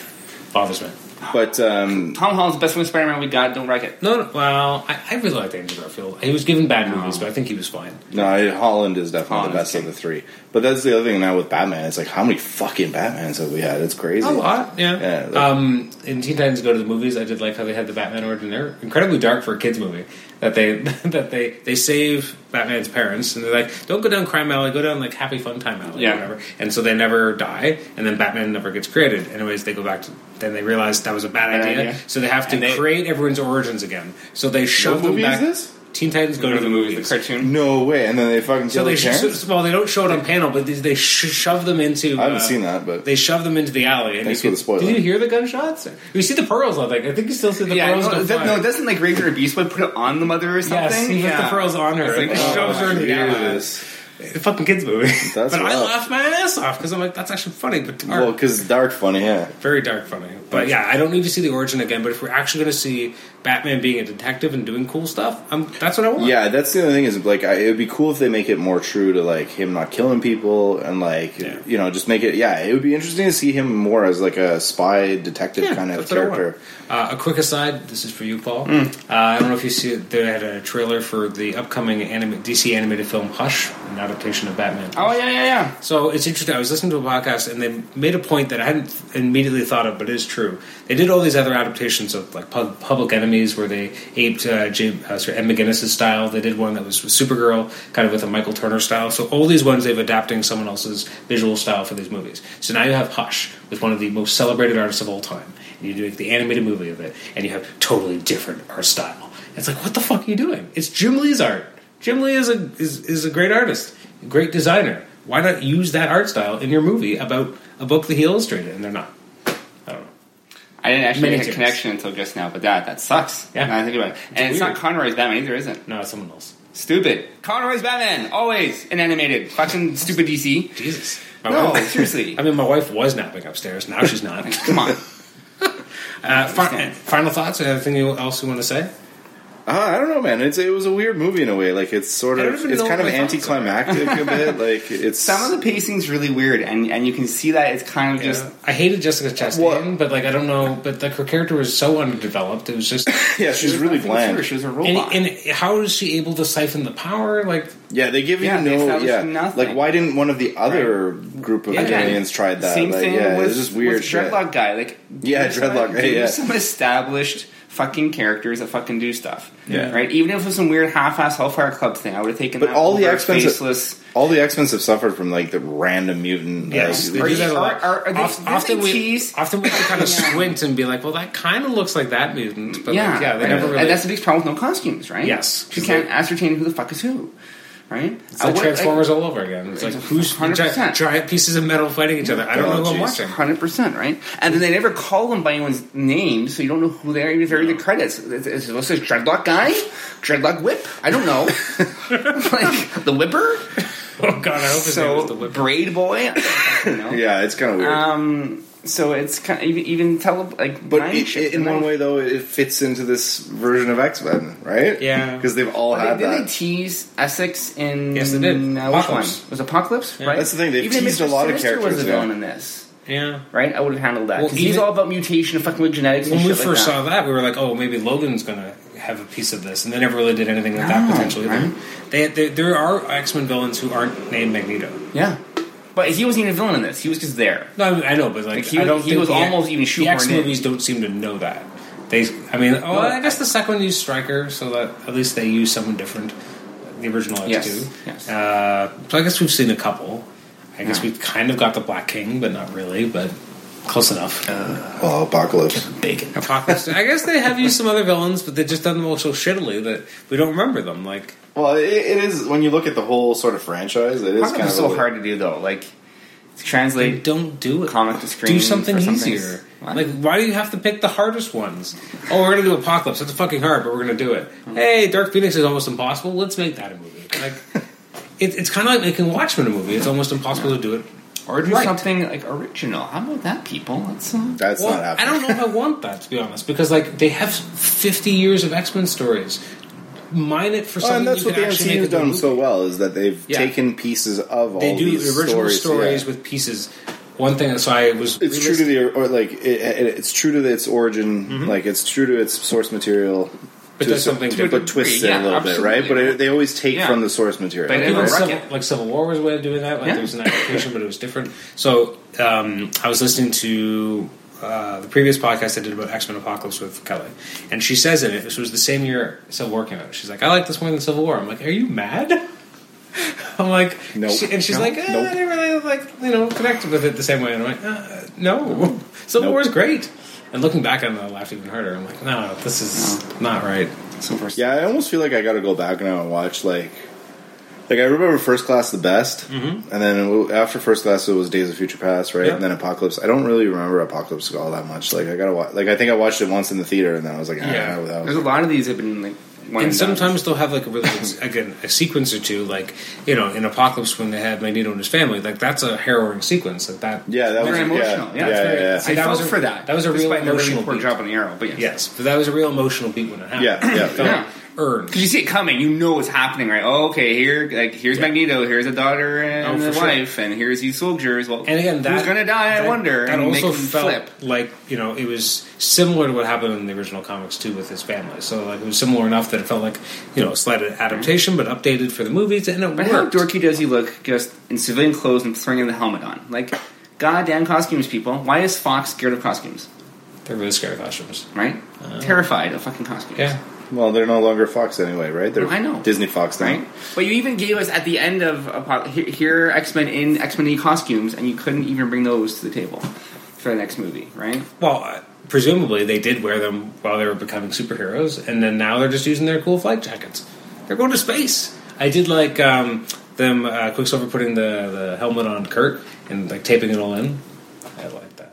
S1: bothers me.
S4: But um,
S5: Tom Holland's best friend Spider-Man we got. Don't wreck it.
S1: No, no well, I, I really liked Andrew Garfield. He was given bad movies, but I think he was fine.
S4: no, I- Holland is definitely
S5: Holland
S4: the
S5: is
S4: best of
S5: king.
S4: the three. But that's the other thing now with Batman. It's like how many fucking Batmans have we had? It's crazy.
S1: A lot, yeah.
S4: Yeah, like-
S1: um, in Teen Titans Go to the Movies, I did like how they had the Batman origin. They're incredibly dark for a kids movie. That they that they they save Batman's parents, and they're like, "Don't go down crime alley, go down like happy fun time alley, or
S5: Yeah.
S1: whatever." And so they never die, and then Batman never gets created. Anyways, they go back to. Then they realize that was a bad, idea,
S5: idea.
S1: so they have to create everyone's origins again. So they shove them
S4: movie is
S1: back.
S4: this?
S1: Teen Titans go to the
S5: movie,
S1: movies.
S5: the cartoon.
S4: No way. And then they fucking
S1: So
S4: kill
S1: they
S4: their
S1: sh-
S4: parents.
S1: so- well, they don't show it on panel, but they, they sh- shove them into.
S4: I haven't
S1: uh,
S4: seen that, but
S1: They shove them into the alley. And
S4: Thanks
S1: you
S4: for the spoiler.
S1: Did you hear the gunshots? You see the pearls, I think. I think you still see the
S5: Yeah,
S1: pearls.
S5: no,
S1: go
S5: it doesn't-
S1: fly.
S5: no, it doesn't like Razor and Beast Boy put it on the mother or something.
S1: Yes, he put the pearls on her.
S5: It's like,
S1: They
S5: oh,
S1: shoves her in the alley.
S4: Jesus.
S1: The fucking kids movie.
S4: That's
S1: but I
S4: rough.
S1: laughed my ass off because I'm like, that's actually funny, but dark.
S4: Well, because dark funny, yeah.
S1: Very dark funny. But yeah, I don't need to see the origin again. But if we're actually going to see Batman being a detective and doing cool stuff, I'm, that's what I want.
S4: Yeah, that's the other thing is like I, it would be cool if they make it more true to like him not killing people and like
S1: Yeah.
S4: you know just make it. Yeah, it would be interesting to see him more as like a spy detective
S1: Yeah,
S4: kind of
S1: that's what I want.
S4: character. Mm.
S1: Uh, a quick aside, this is for you, Paul. Uh, I don't know if you see it, they had a trailer for the upcoming anime, DC animated film Hush, an adaptation of Batman.
S5: Oh yeah, yeah, yeah.
S1: So it's interesting. I was listening to a podcast and they made a point that I hadn't immediately thought of, but it is true. They did all these other adaptations of like pub- Public Enemies, where they aped uh, J- uh, sorry, M. McGinnis' style. They did one that was with Supergirl, kind of with a Michael Turner style. So all these ones they've adapting someone else's visual style for these movies. So now you have Hush with one of the most celebrated artists of all time, and you do the animated movie of it, and you have totally different art style. It's like what the fuck are you doing? It's Jim Lee's art. Jim Lee is a is, is a great artist, great designer. Why not use that art style in your movie about a book that he illustrated? And they're not. I don't know.
S5: I didn't actually
S1: Many
S5: make a
S1: times.
S5: connection until just now, but that that sucks.
S1: Yeah.
S5: now I think about it, and it's
S1: weird.
S5: not Conroy's Batman either, is it?
S1: No, it's someone else.
S5: Stupid. Conroy's Batman always in animated. Fucking stupid DC.
S1: Jesus. My
S5: No,
S1: wife-
S5: seriously.
S1: I mean, my wife was napping upstairs. Now she's not.
S5: Come on.
S1: Uh, fi- final thoughts? Anything you- else you want to say?
S4: Ah, I don't know, man. It's it was a weird movie in a way. Like it's sort
S1: I don't
S4: of
S1: even
S4: it's
S1: know
S4: kind of
S1: what my thoughts are.
S4: anticlimactic a bit. Like it's
S5: Some of the pacing's really weird, and and you can see that it's kind of just.
S1: Just, I hated Jessica Chastain,
S4: Well-
S1: but like I don't know, but like her character was so underdeveloped. It was just.
S4: yeah, she's really
S5: I think it's
S4: bland.
S5: She was a
S1: and,
S5: robot.
S1: and how is she able to siphon the power? Like
S4: Yeah, they give you
S5: Yeah, they
S4: no
S5: established
S4: yeah.
S5: nothing.
S4: Like why didn't one of the other group of
S5: Yeah, yeah.
S4: aliens try that?
S5: Same
S4: like,
S5: thing
S4: yeah,
S5: with
S4: it's just weird
S5: with
S4: shit.
S5: dreadlock guy. Like
S4: Yeah,
S5: there's
S4: dreadlock,
S5: some-
S4: right,
S5: there's
S4: yeah.
S5: Some established fucking characters that fucking do stuff.
S4: Yeah.
S5: Right. Even if it was some weird half-ass Hellfire Club thing, I would have taken.
S4: But
S5: that
S4: all the
S5: over
S4: expensive-
S5: faceless.
S4: All the X Men have suffered from like the random mutant.
S1: Yes,
S4: like,
S1: they do that a lot.
S5: Are- are- are they-
S1: Oft-
S5: do they
S1: often we
S5: tease?
S1: often we have to kind of squint and be like, well, that kind of looks like that mutant, but
S5: yeah,
S1: like, yeah, they
S5: right.
S1: never really.
S5: And that's the big problem with no costumes, right?
S1: Yes.
S5: you can't ascertain who the fuck is who, right?
S1: it's like Transformers all over again. It's like who's giant,
S5: 100%.
S1: giant pieces of metal fighting each other. I don't know who I'm
S4: Oh, jeez.
S1: watching.
S5: Hundred percent, right? And then they never call them by anyone's name, so you don't know who they are. Even if they're in the credits, is is this a dreadlock guy, dreadlock whip? I don't know, like the whipper,
S1: Oh god, I hope his name was the
S5: so
S1: Whip.
S5: braid boy. You know?
S4: Yeah, it's kind of weird.
S5: Um. So it's kind of even, even tele like
S4: But
S5: nine
S4: it,
S5: shift,
S4: in
S5: nine-
S4: one way, though, it fits into this version of X Men, right?
S1: Yeah.
S4: because they've all
S5: They,
S4: had
S5: did they
S4: that.
S5: tease Essex in?
S1: Yes, they did.
S5: Uh, which one
S1: Apocalypse.
S5: was Apocalypse? Right.
S4: That's the thing, they've
S5: Even
S4: teased
S5: Mr.
S4: a lot of
S5: Sinister Was
S4: characters,
S5: the
S4: yeah.
S5: villain in this?
S1: Yeah.
S5: Right. I would have handled that
S1: Well,
S5: because he's
S1: even-
S5: all about mutation and fucking with genetics.
S1: When
S5: and
S1: we
S5: shit like
S1: first
S5: that.
S1: saw that, we were like, oh, maybe Logan's gonna have a piece of this, and they never really did anything with that
S5: No,
S1: potential either.
S5: right.
S1: They, they, there are X Men villains who aren't named Magneto.
S5: Yeah. But he wasn't even a villain in this. He was just there.
S1: No, I, mean, I know, but like,
S5: Like, he
S1: I don't
S5: was- he
S1: think
S5: was
S1: the-
S5: almost even
S1: the X
S5: shoehorned in.
S1: movies don't seem to know that. They, I mean, oh, I guess the second one used Striker, so that at least they used someone different. The original X
S5: Yes,
S1: two.
S5: yes.
S1: Uh, so I guess we've seen a couple. I guess
S5: Yeah.
S1: we've kind of got the Black King, but not really, but close enough.
S5: Uh,
S4: Oh, Apocalypse!
S1: Bacon. Apocalypse. I guess they have used some other villains, but they've just done them all so shittily that we don't remember them. Like,
S4: Well, it, it is when you look at the whole sort of franchise. It is
S5: It's
S4: kind of
S5: so
S4: a-
S5: hard to do though. Like to
S1: they
S5: translate
S1: don't do it.
S5: comic to screen.
S1: do something
S5: for some
S1: easier.
S5: things.
S1: Like, why do you have to pick the hardest ones? Oh, we're gonna do Apocalypse. That's fucking hard, but we're gonna do it.
S4: Mm-hmm.
S1: Hey, Dark Phoenix is almost impossible. Let's make that a movie. Like, it, it's kind of like making Watchmen a movie. It's almost impossible to do it.
S5: or do
S1: Right.
S5: something like original. How about that, people? That's uh,
S4: That's
S1: Well,
S4: not
S1: I
S4: happening.
S1: don't know if I want that to be honest, because like they have fifty years of X Men stories. Mine it for
S4: Well,
S1: something.
S4: and that's
S1: you
S4: what
S1: can
S4: the
S1: actually make
S4: MCU has
S1: into a
S4: done
S1: movie.
S4: so well is that they've
S1: Yeah.
S4: taken pieces of all
S1: They do
S4: these
S1: original stories,
S4: stories, yeah.
S1: with pieces. One thing that so I was
S4: it's true
S1: realistic-
S4: to the or like it, it, it's true to its origin,
S5: Mm-hmm.
S4: like it's true to its source material.
S1: But
S4: to
S1: does
S4: a cer-
S1: something
S4: to-
S1: different.
S4: but twists it
S5: Yeah,
S4: a little bit, right? But
S5: absolutely.
S4: it, they always take
S5: Yeah.
S4: from the source material.
S5: But
S4: right?
S5: it-
S1: Even
S5: Right.
S1: Civil, like Civil War was a way of doing that. Like
S5: Yeah.
S1: there was an adaptation, but it was different. So um, I was listening to uh, the previous podcast I did about X Men Apocalypse with Kelly, and she says in it, this was the same year Civil War came out. She's like, "I like this more than Civil War." I'm like, "Are you mad?" I'm like,
S4: Nope.
S1: she- and she's
S4: Nope.
S1: like, eh,
S4: Nope.
S1: I didn't really like you know connect with it the same way. And I'm like, uh, no, Civil
S4: Nope.
S1: War is great. And looking back on it, I laughed even harder. I'm like, no, this is not right.
S5: so first.
S4: Yeah, I almost feel like I got to go back now and watch like, like I remember First Class the best,
S5: Mm-hmm.
S4: and then it wa- after First Class it was Days of Future Past, right?
S1: Yeah.
S4: And then Apocalypse. I don't really remember Apocalypse all that much. Like I gotta watch. Like I think I watched it once in the theater, and then I was like, ah,
S1: Yeah.
S4: yeah, that
S5: There's
S4: was,
S5: a lot of these have been like. one
S1: and
S5: done.
S1: sometimes they'll have like a really good, again a sequence or two, like you know in Apocalypse when they had Magneto and his family, like that's a harrowing sequence. Like that,
S4: yeah, that was
S5: very emotional.
S4: Yeah, yeah,
S5: Yeah, it's
S4: yeah.
S5: very-
S4: yeah.
S1: See,
S5: I
S1: that
S5: felt
S1: was a-
S5: for that.
S1: that was a real
S5: Despite their
S1: emotional
S5: really poor
S1: beat.
S5: job on the arrow, but yes.
S1: yes, but that was a real emotional beat when it happened.
S4: Yeah, yeah.
S1: It felt
S5: Yeah.
S1: earned.
S5: Because you see it coming, you know what's happening, right? Oh, okay, here, like, here's Magneto, here's a daughter and
S1: Oh,
S5: a
S1: for sure.
S5: wife, and here's these soldiers. Well,
S1: And again, that
S5: who's gonna die?
S1: that-
S5: I wonder.
S1: That
S5: and make
S1: also
S5: them
S1: felt
S5: flip.
S1: like you know it was similar to what happened in the original comics too with his family. So like it was similar enough that it felt like you know a slight adaptation, but updated for the movies, and it
S5: But how
S1: worked.
S5: dorky does he look just in civilian clothes and throwing the helmet on? Like, goddamn costumes, people. Why is Fox scared of costumes?
S1: They're really scary costumes.
S5: Right? Terrified of fucking costumes.
S1: Yeah,
S4: Well, they're no longer Fox anyway, right? They're
S5: No, I know.
S4: Disney Fox now.
S5: Right? But you even gave us at the end of Apo- he- here X Men in X Men costumes, and you couldn't even bring those to the table for the next movie, right?
S1: well. uh, Presumably, they did wear them while they were becoming superheroes, and then now they're just using their cool flight jackets. They're going to space. I did like um, them uh, Quicksilver putting the, the helmet on Kirk and like taping it all in. I like that.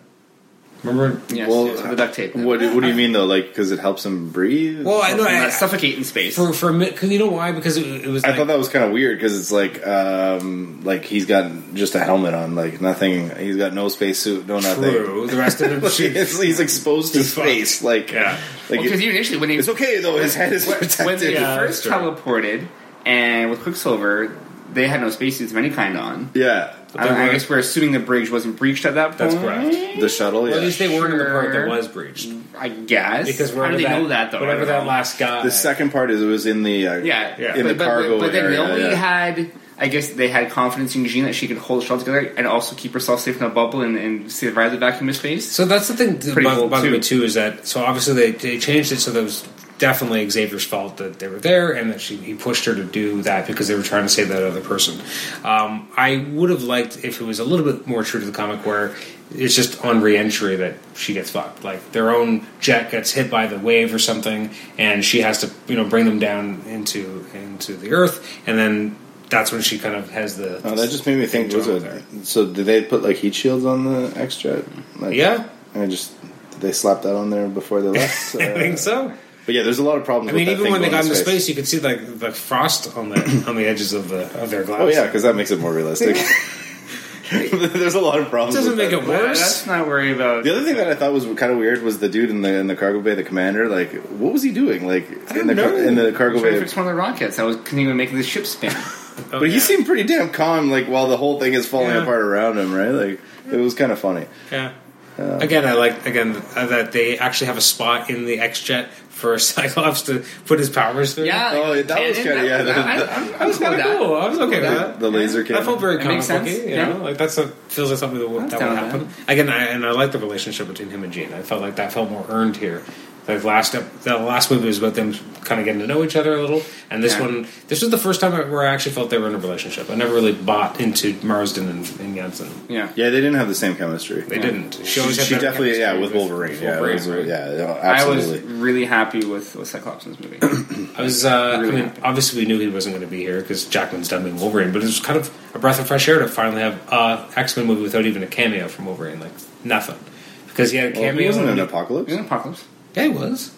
S1: Remember
S5: Yes,
S4: Well,
S5: yes, with the duct tape.
S4: What do- What do you mean though? Like because it helps him breathe?
S1: Well, I know.
S5: Not
S1: I,
S5: suffocate in space.
S1: for for a minute, cause you know why? Because it, it was.
S4: I
S1: Like,
S4: thought that was kind of weird because it's like, um, like he's got just a helmet on, like nothing. He's got no spacesuit, no nothing.
S1: true. The rest of them,
S4: Like,
S1: she,
S4: it's, he's exposed to
S1: He's fucked.
S4: space, like
S1: Yeah.
S4: like
S5: because
S4: it-
S5: you initially when they
S4: it's okay though. His head is protected.
S5: when they
S1: Yeah,
S5: first
S1: that's true.
S5: teleported and with Quicksilver, they had no spacesuits of any kind on.
S4: yeah,
S5: I,
S1: they
S5: I
S1: were-
S5: guess we're assuming the bridge wasn't breached at that point.
S1: that's correct.
S4: the shuttle.
S1: Well, at
S4: Yeah.
S1: least they weren't in the part that
S5: Sure.
S1: was breached.
S5: I guess
S1: Because
S5: how
S1: wherever
S5: do they
S1: that,
S5: know that though? I
S1: Whatever
S5: don't
S1: that
S5: know.
S1: last guy.
S4: The second part is it was in the uh,
S5: Yeah,
S1: Yeah.
S4: in
S5: but,
S4: the
S5: but-
S4: cargo.
S5: But, then
S4: area,
S5: they only
S4: yeah.
S5: had, I guess, they had confidence in Jean that she could hold herself together and also keep herself safe in a bubble and, and survive the vacuum of space.
S1: So that's the thing that
S5: Pretty
S1: bo-
S5: cool,
S1: bothered me
S5: too.
S1: too is that so obviously they, they changed it so that was definitely Xavier's fault that they were there and that she he pushed her to do that because they were trying to save that other person. Um, I would have liked if it was a little bit more true to the comic where it's just on reentry that she gets fucked. Like their own jet gets hit by the wave or something, and she has to you know bring them down into into the earth, and then that's when she kind of has the
S4: Oh, that just made me think. Was
S1: there.
S4: it? So did they put like heat shields on the extra? Like,
S1: yeah.
S4: and I just did they slap that on there before they left. uh,
S1: I think so.
S4: But yeah, there's a lot of problems.
S1: I mean,
S4: with that
S1: even
S4: thing
S1: when they
S4: going
S1: got
S4: in
S1: into space, you could see like the frost on the on the edges of the of their glass.
S4: Oh yeah, because that makes it more realistic. There's a lot of problems.
S1: it doesn't
S4: with
S1: make
S4: that.
S1: it
S5: But
S1: worse.
S5: Let's not worry about.
S4: The other thing that I thought was kind of weird was the dude in the in the cargo bay, the commander. Like, what was he doing? Like in the
S1: know.
S4: in the cargo
S5: Trying
S4: bay,
S5: to fix one of the rockets. I was couldn't even make the ship spin.
S1: Oh,
S4: but
S1: yeah.
S4: he seemed pretty damn calm. Like while the whole thing is falling
S1: Yeah.
S4: apart around him, right? Like it was kind of funny.
S1: Yeah. again, I like again uh, that they actually have a spot in the X jet for Cyclops to put his powers through.
S5: yeah,
S4: Oh, yeah, that was
S5: and-
S4: kinda- yeah,
S5: and
S4: that-
S5: I,
S4: that-
S5: I, I,
S1: that was
S5: cool
S1: kind
S5: with
S1: of cool. I was okay with
S4: The,
S1: that.
S4: the laser cannon.
S1: I felt very
S5: It makes
S1: comic
S5: sense.
S1: booky, you
S5: Yeah.
S1: know, like that's a feels like something that would, that
S5: down
S1: would
S5: with
S1: happen again. I, and I like the relationship between him and Jean. I felt like that felt more earned here. The last ep- the last movie was about them kind of getting to know each other a little, and this
S5: Yeah.
S1: one this was the first time where I actually felt they were in a relationship. I never really bought into Marsden and, and Jensen.
S5: Yeah.
S4: Yeah, they didn't have the same chemistry.
S1: They didn't.
S4: She,
S1: always had
S4: she
S1: better
S4: definitely, yeah,
S1: chemistry
S4: with Wolverine.
S1: with
S4: yeah,
S1: Wolverine,
S4: it was-
S1: right.
S4: yeah, no,
S5: I was
S4: absolutely.
S5: really happy with, with Cyclops in this movie.
S1: I was, uh, I
S5: Really
S1: mean,
S5: happy.
S1: obviously we knew he wasn't going to be here because Jackman's done being Wolverine, but it was kind of a breath of fresh air to finally have uh, X Men movie without even a cameo from Wolverine, like nothing, because he had a
S4: Well,
S1: cameo.
S4: he wasn't
S1: in-
S4: in Apocalypse.
S5: Isn't it Apocalypse?
S1: yeah, he was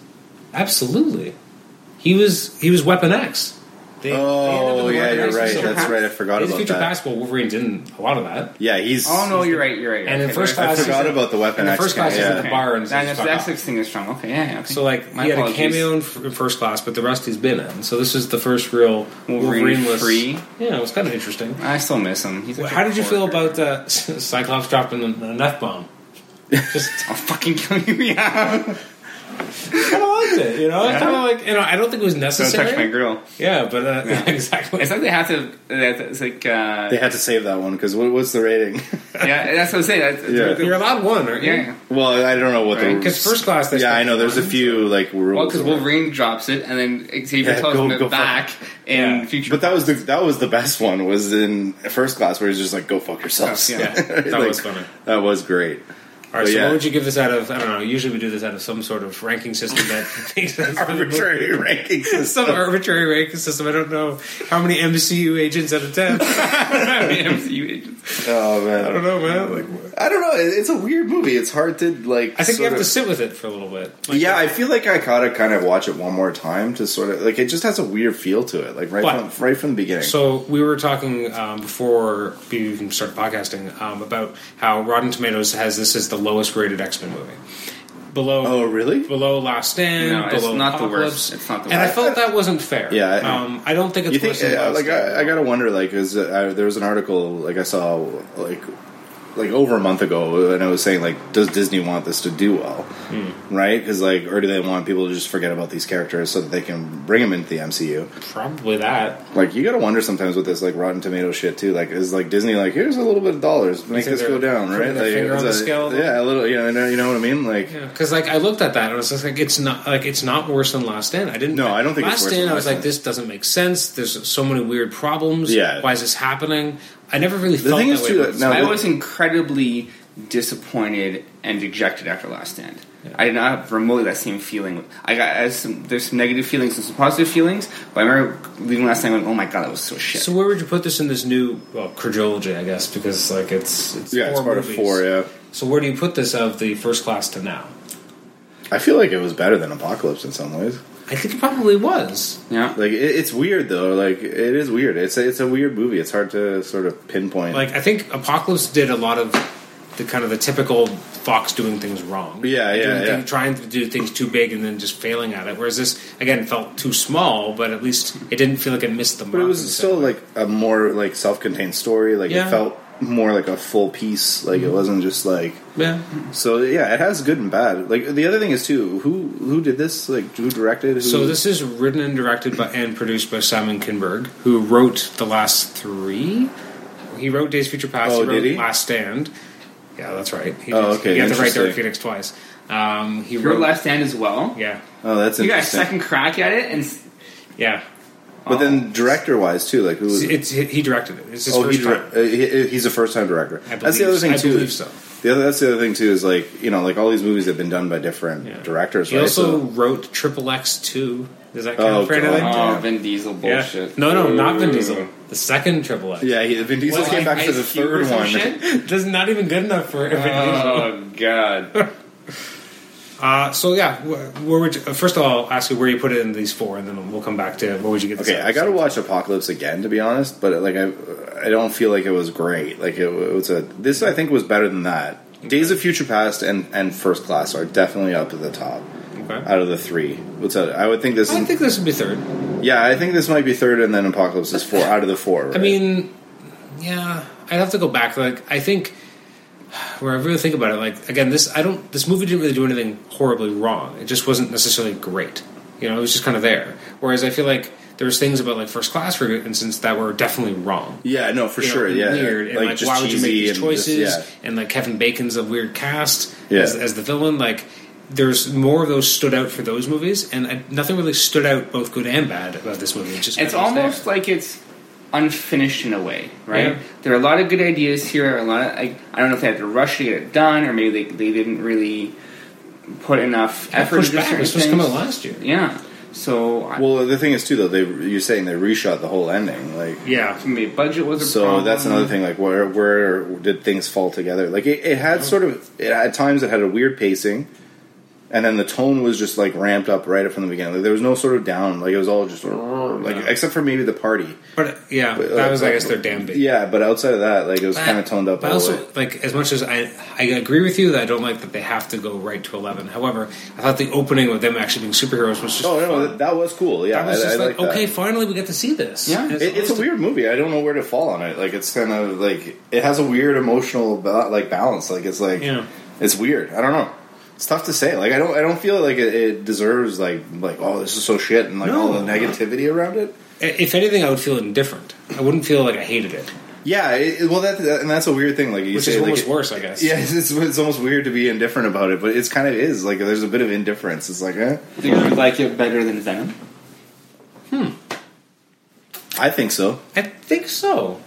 S1: absolutely. He was he was Weapon X. They- they ended up
S4: Oh
S1: with
S4: yeah,
S1: Weapon
S4: you're
S1: X
S4: right.
S1: himself.
S4: That's right. I forgot
S1: His
S4: about
S1: future
S4: that.
S1: past, well, Wolverine didn't a lot of that.
S4: Yeah, he's.
S5: Oh no, you're right. You're right.
S1: And in
S5: Okay,
S1: first
S5: there-
S4: I
S1: class,
S4: forgot about the weapon.
S1: in the
S4: X
S1: first class,
S4: guy,
S1: he's
S4: yeah.
S1: at the bar and
S5: That-
S1: says,
S5: that's-
S1: "Fuck
S5: that's
S1: off."
S5: thing is strong. Okay, yeah, yeah. Okay.
S1: So like
S5: My
S1: he had
S5: apologies.
S1: a cameo in, f- in first class, but the rest he's been in. So this is the first real
S5: Wolverine
S1: Wolverine-less-
S5: free.
S1: Yeah, it was kind of interesting.
S5: I still miss him. He's
S1: Well,
S5: such a
S1: How did you feel
S5: character.
S1: about uh, Cyclops dropping an- an F bomb? Just
S5: I'll fucking kill you. Yeah.
S1: kind of liked it, you know. Kind of like you know. I don't think it was
S5: Don't touch my
S1: necessary.
S5: girl.
S1: Yeah, but uh, exactly.
S5: It's like they have to. they have to- It's like uh,
S4: They had to save that one because what, what's the rating?
S5: yeah. That's what I'm saying. That's-
S4: Yeah.
S1: You're allowed one, aren't you?
S5: yeah, yeah.
S4: well, I don't know what the
S5: Right,
S1: Because first class, they
S4: Yeah, I know. There's a few like rules.
S5: Well, because Wolverine drops it, and then Xavier
S4: Yeah,
S5: tells
S4: go-
S5: him
S4: go
S5: it back in
S1: Yeah.
S5: future.
S4: But that was the that was the best one. Was in first class where he's just like, "Go fuck yourselves."
S5: Yeah.
S1: Yeah, that
S4: Like,
S1: was funny.
S4: That was great.
S1: All right,
S4: But
S1: so
S4: yeah.
S1: what would you give this out of? I don't know. Usually we do this out of some sort of ranking system that takes us-
S4: arbitrary ranking
S1: Some
S4: system.
S1: arbitrary ranking system. I don't know how many MCU agents out of ten. I mean,
S4: Oh man,
S1: I don't know, man. Like,
S4: I don't know. It- It's a weird movie. It's hard to like.
S1: I think you
S4: sort
S1: have to
S4: of-
S1: sit with it for a little bit. Like,
S4: yeah, I feel like I gotta kind of watch it one more time to sort of like. It just has a weird feel to it, like right
S1: But-
S4: from right from the beginning.
S1: So we were talking um, before we even started podcasting um, about how Rotten Tomatoes has this as the lowest rated X Men movie. Below,
S4: oh really?
S1: below Last Stand.
S3: No, it's
S1: below
S3: not the
S1: Apocalypse.
S3: worst. It's not the
S1: And I
S3: worst.
S1: felt that wasn't fair.
S4: Yeah, I-
S1: um, I don't think it's
S4: you think
S1: worse than
S4: yeah,
S1: Last
S4: like
S1: Stand.
S4: I, I gotta wonder like is uh, there was an article like I saw like like over a month ago and I was saying like does Disney want this to do well
S1: Hmm.
S4: right because like or do they want people to just forget about these characters so that they can bring them into the MCU
S1: Probably that.
S4: like you gotta wonder sometimes with this like Rotten Tomato shit too like is like Disney like here's a little bit of dollars make
S1: think
S4: this go
S1: they're
S4: down
S1: putting
S4: right
S1: their
S4: like
S1: finger
S4: it's
S1: on the
S4: a-
S1: scale a little?
S4: yeah a little you know you know, you know what I mean like
S1: Because like I looked at that and I was just like, it's not like it's not worse than Last Stand. I didn't.
S4: No, I don't think it's
S1: Last
S4: worse
S1: Stand.
S4: than
S1: I was
S4: Last
S1: like,
S4: Stand.
S1: this doesn't make sense. There's so many weird problems.
S4: Yeah.
S1: why is this happening? I never really
S4: The
S1: felt
S4: thing
S1: that
S4: is,
S1: way
S4: too,
S1: about
S4: that
S1: this
S4: now-
S3: I
S4: the-
S3: was in
S5: incredibly disappointed and dejected after Last Stand. I did not have remotely that same feeling. I got I had some, there's some negative feelings and some positive feelings, but I remember leaving Last Stand going, "Oh my god, that was so shit."
S1: So where would you put this in this new well quadrilogy? I guess because like it's it's four
S4: yeah it's part
S1: movies.
S4: of four yeah
S1: So where do you put this of the first class to now?
S4: I feel like it was better than Apocalypse in some ways.
S1: I think it probably was.
S5: yeah,
S4: Like it, it's weird though. Like it is weird. It's a, it's a weird movie. It's hard to sort of pinpoint.
S1: Like I think Apocalypse did a lot of the kind of the typical Fox doing things wrong.
S4: Yeah, yeah,
S1: doing thi-
S4: yeah.
S1: trying to do things too big and then just failing at it. Whereas this again felt too small, but at least it didn't feel like it missed the mark.
S4: but it
S1: in
S4: was
S1: some
S4: still
S1: way.
S4: like a more like self-contained story. Like
S1: Yeah. Mm-hmm.
S4: it felt more like a full piece. Like it wasn't just like
S1: yeah.
S4: so. Yeah, it has good and bad. Like the other thing is too. Who who did this? Like who directed? Who,
S1: So this is written and directed by and produced by Simon Kinberg, who wrote the last three. He wrote Days Future Past.
S4: Oh,
S1: he wrote
S4: did he?
S1: Last Stand. Yeah, that's right. He
S4: Oh,
S1: did-
S4: okay,
S1: He got to write
S4: interesting.
S1: Dark Phoenix twice. Um, he
S5: you wrote
S1: wrote
S5: Last Stand as well.
S1: Yeah,
S4: Oh, that's
S5: You got a
S4: interesting.
S5: second crack at it, and s-
S1: yeah.
S4: but then director-wise too. Like who was?
S1: Oh. It's, it's- he directed it. It's his
S4: oh,
S1: first
S4: he dir-
S1: time.
S4: uh, he, he's a first-time director.
S1: I
S4: that's the
S1: believe-
S4: other thing
S1: I
S4: too.
S1: believe so.
S4: The other, that's the other thing too is like you know like all these movies have been done by different
S1: Yeah.
S4: directors.
S1: He
S4: right?
S1: also
S4: So-
S1: wrote Triple X Two. Does that count
S4: Oh,
S1: for anything?
S4: God.
S5: oh,
S4: Yeah.
S5: Vin Diesel
S1: Yeah.
S5: bullshit.
S1: No, no, not Vin Diesel. The second Triple X.
S4: yeah, he, Vin Diesel
S1: Well,
S4: came
S1: like
S4: back to the
S5: Ice Cube or
S4: third
S5: some
S4: one.
S5: shit?
S1: That's not even good enough for Vin Diesel.
S5: Oh god.
S1: Uh, so yeah, wh- where would you, uh, first of all I'll ask you where you put it in these four, and then we'll come back to what would you get? This
S4: Okay,
S1: out?
S4: I got to watch Apocalypse again to be honest, but like I, I don't feel like it was great. Like it, was a this I think was better than that. Days of Future Past and and First Class are definitely up at the top
S1: Okay.
S4: out of the three. What's that? I would think this.
S1: I
S4: Is,
S1: think this would be third.
S4: yeah, I think this might be third, and then Apocalypse is four out of the four.
S1: I
S4: right?
S1: mean, yeah, I'd have to go back. Like I think where I really think about it, like again, this I don't this movie didn't really do anything horribly wrong. It just wasn't necessarily great. You know, it was just kind of there. Whereas I feel like there was things about like first class, for instance, that were definitely wrong.
S4: yeah, no, for
S1: you know,
S4: sure.
S1: and
S4: Yeah,
S1: weird. And like,
S4: just
S1: why would you make
S4: cheesy
S1: these
S4: and
S1: choices?
S4: just- yeah.
S1: And like Kevin Bacon's a weird cast
S4: Yeah.
S1: as, as the villain. Like, there's more of those stood out for those movies, and I, nothing really stood out, both good and bad, about this movie. It just
S5: It's
S1: kind of was there.
S5: almost like it's unfinished in a way, right?
S1: Yeah.
S5: There are a lot of good ideas here. A lot of I, I don't know if they had to rush to get it done, or maybe they, they didn't really put enough
S1: I
S5: effort
S1: pushed
S5: into
S1: back. It
S5: certain
S1: was supposed to
S5: things.
S1: come out last year.
S5: Yeah. So I-
S4: Well, the thing is too though they you're saying they reshot the whole ending like.
S1: Yeah,
S5: maybe budget was a
S4: So
S5: problem.
S4: that's another thing. Like where where did things fall together? Like it, it had sort of it, at times it had a weird pacing, and then the tone was just like ramped up right from the beginning. Like there was no sort of down. Like it was all just like except for maybe the party.
S1: but yeah,
S4: But,
S1: that
S4: uh,
S1: was I guess their
S4: but-
S1: damn big.
S4: Yeah, but outside of that, like it was
S1: But-
S4: kind of toned up.
S1: But
S4: all the
S1: also,
S4: way.
S1: like as much as I, I agree with you that I don't like that they have to go right to eleven. However, I thought the opening with them actually being superheroes was just
S4: oh no,
S1: fun.
S4: that, that was cool. Yeah,
S1: I was
S4: I-
S1: just
S4: I
S1: like,
S4: like that.
S1: okay, finally we get to see this.
S5: Yeah.
S1: And
S4: It, it's a
S1: almost
S4: weird movie. I don't know where to fall on it. Like it's kind of like it has a weird emotional ba- like balance. Like it's like
S1: Yeah.
S4: it's weird. I don't know. It's tough to say. Like I don't. I don't feel like it, it deserves like like oh this is so shit and like all the
S1: No.
S4: negativity around it.
S1: If anything, I would feel indifferent. I wouldn't feel like I hated it,
S4: Yeah. It, it- well, that, that- and that's a weird thing. Like you
S1: which
S4: say,
S1: is
S4: like,
S1: almost
S4: it-
S1: worse, I guess.
S4: Yeah, it's, it's, it's almost weird to be indifferent about it, but it's kind of is like there's a bit of indifference. It's like, eh,
S5: Do you like it better than Venom?
S4: I think so
S1: I think so.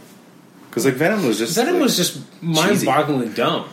S4: because like Venom was just
S1: Venom
S4: like-
S1: was just mind-bogglingly dumb.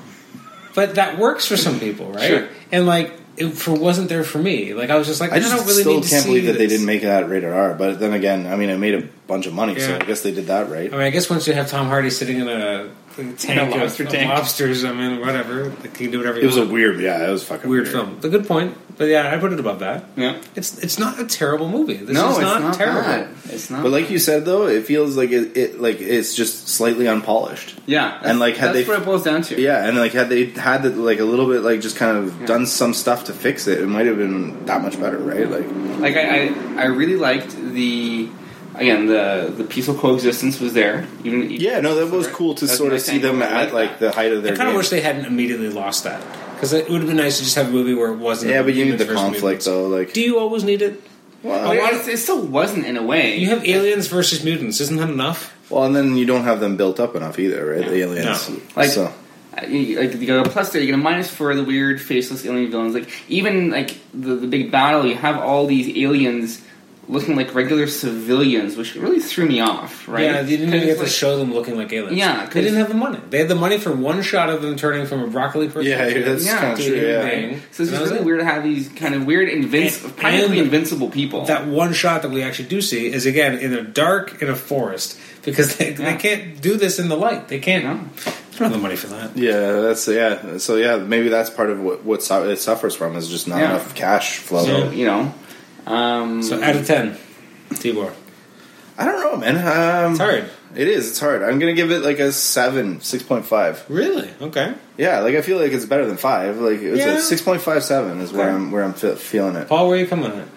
S1: but that works for some people, right?
S5: Sure.
S1: And like, it for wasn't there for me. Like I was just like,
S4: I just
S1: I don't really
S4: still
S1: need to
S4: can't
S1: see
S4: believe that they
S1: this.
S4: didn't make that rated R. But then again, I mean, it made a bunch of money, so
S1: Yeah.
S4: I guess they did that right.
S1: I mean, I guess once you have Tom Hardy sitting in a, a tank of,
S5: lobster
S1: of
S5: tank.
S1: lobsters, I mean, whatever, like, you can do whatever.
S4: It
S1: you
S4: was a
S1: want.
S4: weird, yeah, it was fucking
S1: weird film. A good point, but yeah, I put it above that.
S5: Yeah.
S1: It's it's not a terrible movie. This
S5: no,
S1: is
S5: it's
S1: not,
S5: not,
S1: terrible.
S5: bad. It's not.
S4: But like you said, though, it feels like it, it like it's just slightly unpolished.
S5: yeah, that's-
S4: and, like, had
S5: that's
S4: they-
S5: what it boils down to.
S4: Yeah, and like had they had the, like a little bit like just kind of
S5: Yeah.
S4: done some stuff to fix it, it might have been that much better, right? Like
S5: Like I, I, I really liked the again the the peaceful coexistence was there. Even
S4: yeah, no, that was cool to
S5: That's
S4: sort of
S5: nice
S4: see them
S5: angle. I
S4: at like
S5: that.
S4: the height of their
S1: I kind of
S4: game.
S1: wish they hadn't immediately lost that because it would have been nice to just have a movie where it wasn't.
S4: yeah, but you need
S1: humans
S4: the
S1: versus
S4: conflict
S1: mutants.
S4: though. Like
S1: Do you always need it?
S4: well,
S1: Oh,
S5: But it, it still wasn't in a way.
S1: You have aliens versus mutants. Isn't that enough?
S4: well, and then you don't have them built up enough either, right? The aliens,
S1: No.
S5: Like-
S4: so
S5: Uh, you- like you got a plus there, you got a minus for the weird faceless alien villains. Like even like the the big battle, you have all these aliens looking like regular civilians, which really threw me off. Right?
S1: Yeah, they didn't even
S5: 'Cause,
S1: get to
S5: like,
S1: show them looking like aliens.
S5: Yeah,
S1: they didn't have the money. They had the money for one shot of them turning from a broccoli person
S4: yeah,
S1: to
S4: that's
S5: Yeah,
S4: kind of
S1: a
S4: true.
S1: human
S4: Yeah.
S1: being.
S5: So it's
S1: And that
S5: just
S1: was
S5: really
S1: it.
S5: weird to have these kind of weird, invinci-
S1: And-
S5: practically
S1: and
S5: invincible people.
S1: That one shot that we actually do see is again in a dark in a forest because they,
S5: Yeah.
S1: they can't do this in the light. They can't.
S5: No.
S1: They don't have the money for that.
S4: Yeah, that's yeah. So yeah, maybe that's part of what what su- it suffers from is just not
S5: Yeah.
S4: enough cash flow.
S1: So-
S5: you know. Um,
S1: So out of ten, Tibor.
S4: I don't know, man. Um,
S1: It's hard.
S4: It is. It's hard. I'm gonna give it like a seven, six point five.
S1: Really? Okay.
S4: Yeah, like I feel like it's better than five. Like it's
S1: Yeah.
S4: a six point five seven is where
S1: Okay.
S4: I'm where I'm fe- feeling it.
S1: Paul, where are you coming on it?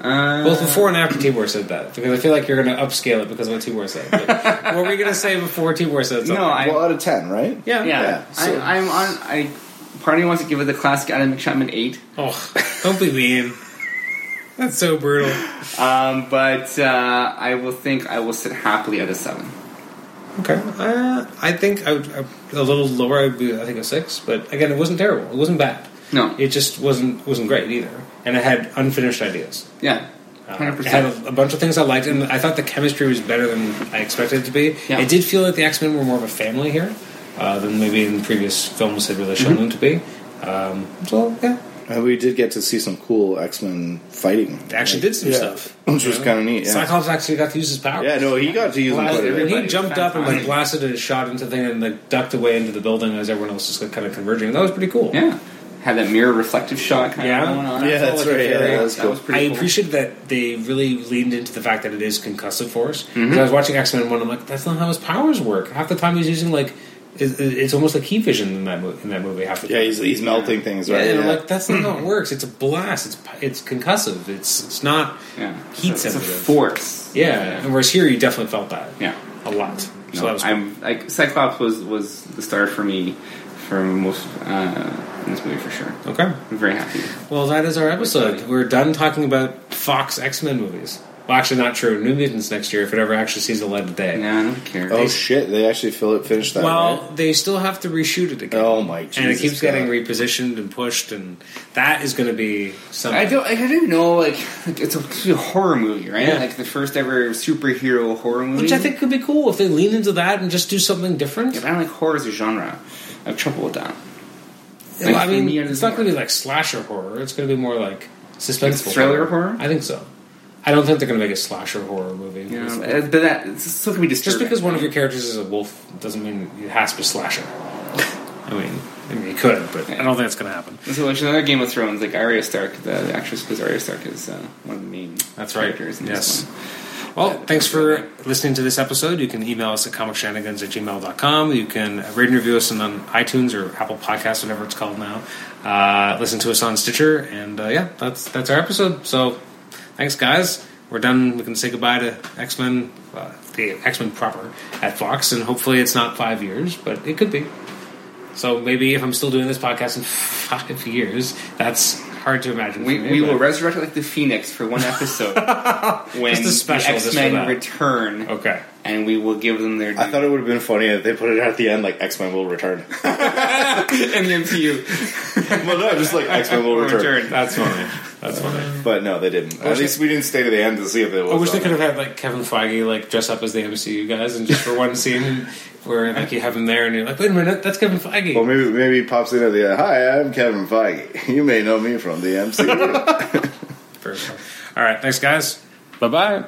S5: uh,
S1: Both before and after Tibor said that because I feel like you're going to upscale it because of what Tibor said. But what were you going to say before Tibor said something?
S5: no, I
S4: well, out of ten, right?
S1: Oh, yeah.
S5: yeah.
S4: yeah, so-
S5: I, I'm on. I part of me wants to give it the classic Adam McShotman eight.
S1: Oh, don't be mean. That's so brutal.
S5: Um, but uh, I will think I will sit happily at a seven.
S1: Okay, uh, I think I would, I, a little lower. I'd be, I think a six, but again, it wasn't terrible. It wasn't bad.
S5: No.
S1: it just wasn't wasn't great either. And it had unfinished ideas.
S5: Yeah,
S1: Uh,
S5: hundred
S1: it had
S5: percent.
S1: a, a bunch of things I liked, and I thought the chemistry was better than I expected it to be.
S5: Yeah.
S1: It did feel like the X Men were more of a family here uh, than maybe in previous films had really shown
S5: Mm-hmm.
S1: them to be. Um, so yeah,
S4: Uh, we did get to see some cool X Men fighting.
S1: they actually did some
S4: Yeah.
S1: stuff,
S4: Which
S1: you
S4: was
S1: know?
S4: kinda neat, yeah.
S1: Cyclops actually got to use his power.
S4: Yeah, no, he got to use them
S5: Well,
S4: quite a
S1: When
S4: bit.
S5: everybody-
S1: he jumped up and like
S5: Fantastic.
S1: blasted a shot into the thing and like ducked away into the building as everyone else was like, kind of converging. That was pretty cool.
S5: Yeah, had that mirror reflective shot kind
S1: Yeah.
S5: of going on.
S4: Yeah,
S1: like
S4: that's
S1: a
S4: right. Yeah,
S1: fairy.
S4: that was
S5: That
S4: cool.
S5: was
S1: I
S5: pretty cool.
S1: appreciate that they really leaned into the fact that it is concussive force.
S5: Mm-hmm.
S1: 'Cause I was watching X Men One, I'm like, that's not how his powers work. Half the time he's using like, it's, it's almost like heat vision in that mo- in that movie. Half the
S4: yeah,
S1: time.
S4: he's he's melting things,
S1: Yeah,
S4: right?
S1: and I'm
S4: Yeah.
S1: like, that's not how it works. It's a blast. It's it's concussive. It's it's not
S5: Yeah,
S1: heat
S5: it's a
S1: sensitive.
S5: force.
S1: yeah. and whereas here you definitely felt that.
S5: Yeah.
S1: a lot. So
S5: No,
S1: that was cool.
S5: I'm like Cyclops was was the star for me for most uh, in this movie for sure.
S1: okay.
S5: I'm very happy.
S1: Well, that is our episode. We're done talking about Fox X Men movies. Well, actually, not true. New Mutants next year, if it ever actually sees the light of day.
S5: Yeah, I don't care.
S4: oh shit, they actually fill it, finished that.
S1: Well,
S4: right?
S1: they still have to reshoot it again.
S4: oh my,
S1: and it
S4: Jesus
S1: keeps getting
S4: God.
S1: repositioned and pushed, and that is going to be something.
S5: I don't. Like, I didn't know. Like, like it's, a, it's a horror movie, right?
S1: Yeah.
S5: Like the first ever superhero horror movie.
S1: which I think could be cool if they lean into that and just do something different.
S5: If I don't like horror as a genre, I have trouble with that.
S1: Well, I
S5: for
S1: mean,
S5: me, it
S1: it's
S5: doesn't
S1: not going to be like slasher horror. It's going to be more like suspenseful
S5: Thriller horror?
S1: I think so. I don't think they're going to make a slasher horror movie.
S5: You know, uh, but that it's still can be
S1: Just
S5: disturbing.
S1: because one of your characters is a wolf doesn't mean it has to be slasher. I mean, I mean, you could, but I don't think it's going to happen.
S5: So there's another Game of Thrones, like Arya Stark, the, the actress because Arya Stark is uh, one of the main
S1: That's right.
S5: characters. In
S1: Yes.
S5: this one.
S1: Well, thanks for listening to this episode. You can email us at comicshenanigans at gmail.com. You can rate and review us on, on iTunes or Apple Podcasts, whatever it's called now. Uh, listen to us on Stitcher. And uh, yeah, that's that's our episode. So thanks, guys. We're done. We can say goodbye to X Men, uh, the X Men proper at Fox. And hopefully it's not five years, but it could be. So maybe if I'm still doing this podcast in five years, that's hard to imagine. for
S5: We,
S1: me,
S5: we
S1: but-
S5: will resurrect it like the Phoenix for one episode when
S1: Just a special
S5: the
S1: just for
S5: X Men
S1: that.
S5: return,
S1: Okay.
S5: and we will give them their
S4: I
S5: due
S4: thought it would have been funny if they put it at the end like X Men will return.
S5: in the MCU.
S4: well, no, just like X Men will return.
S1: That's funny. That's That's funny.
S4: But no, they didn't. At
S1: wish
S4: least we didn't stay to the end to see if it was.
S1: I wish they
S4: on
S1: could
S4: there.
S1: have had like Kevin Feige like dress up as the MCU guys and just for one scene where like you have him there and you're like, wait a minute, that's Kevin Feige.
S4: Well, maybe maybe he pops in at the end. Hi, I'm Kevin Feige. You may know me from the MCU.
S1: First. All right, thanks guys. Bye bye.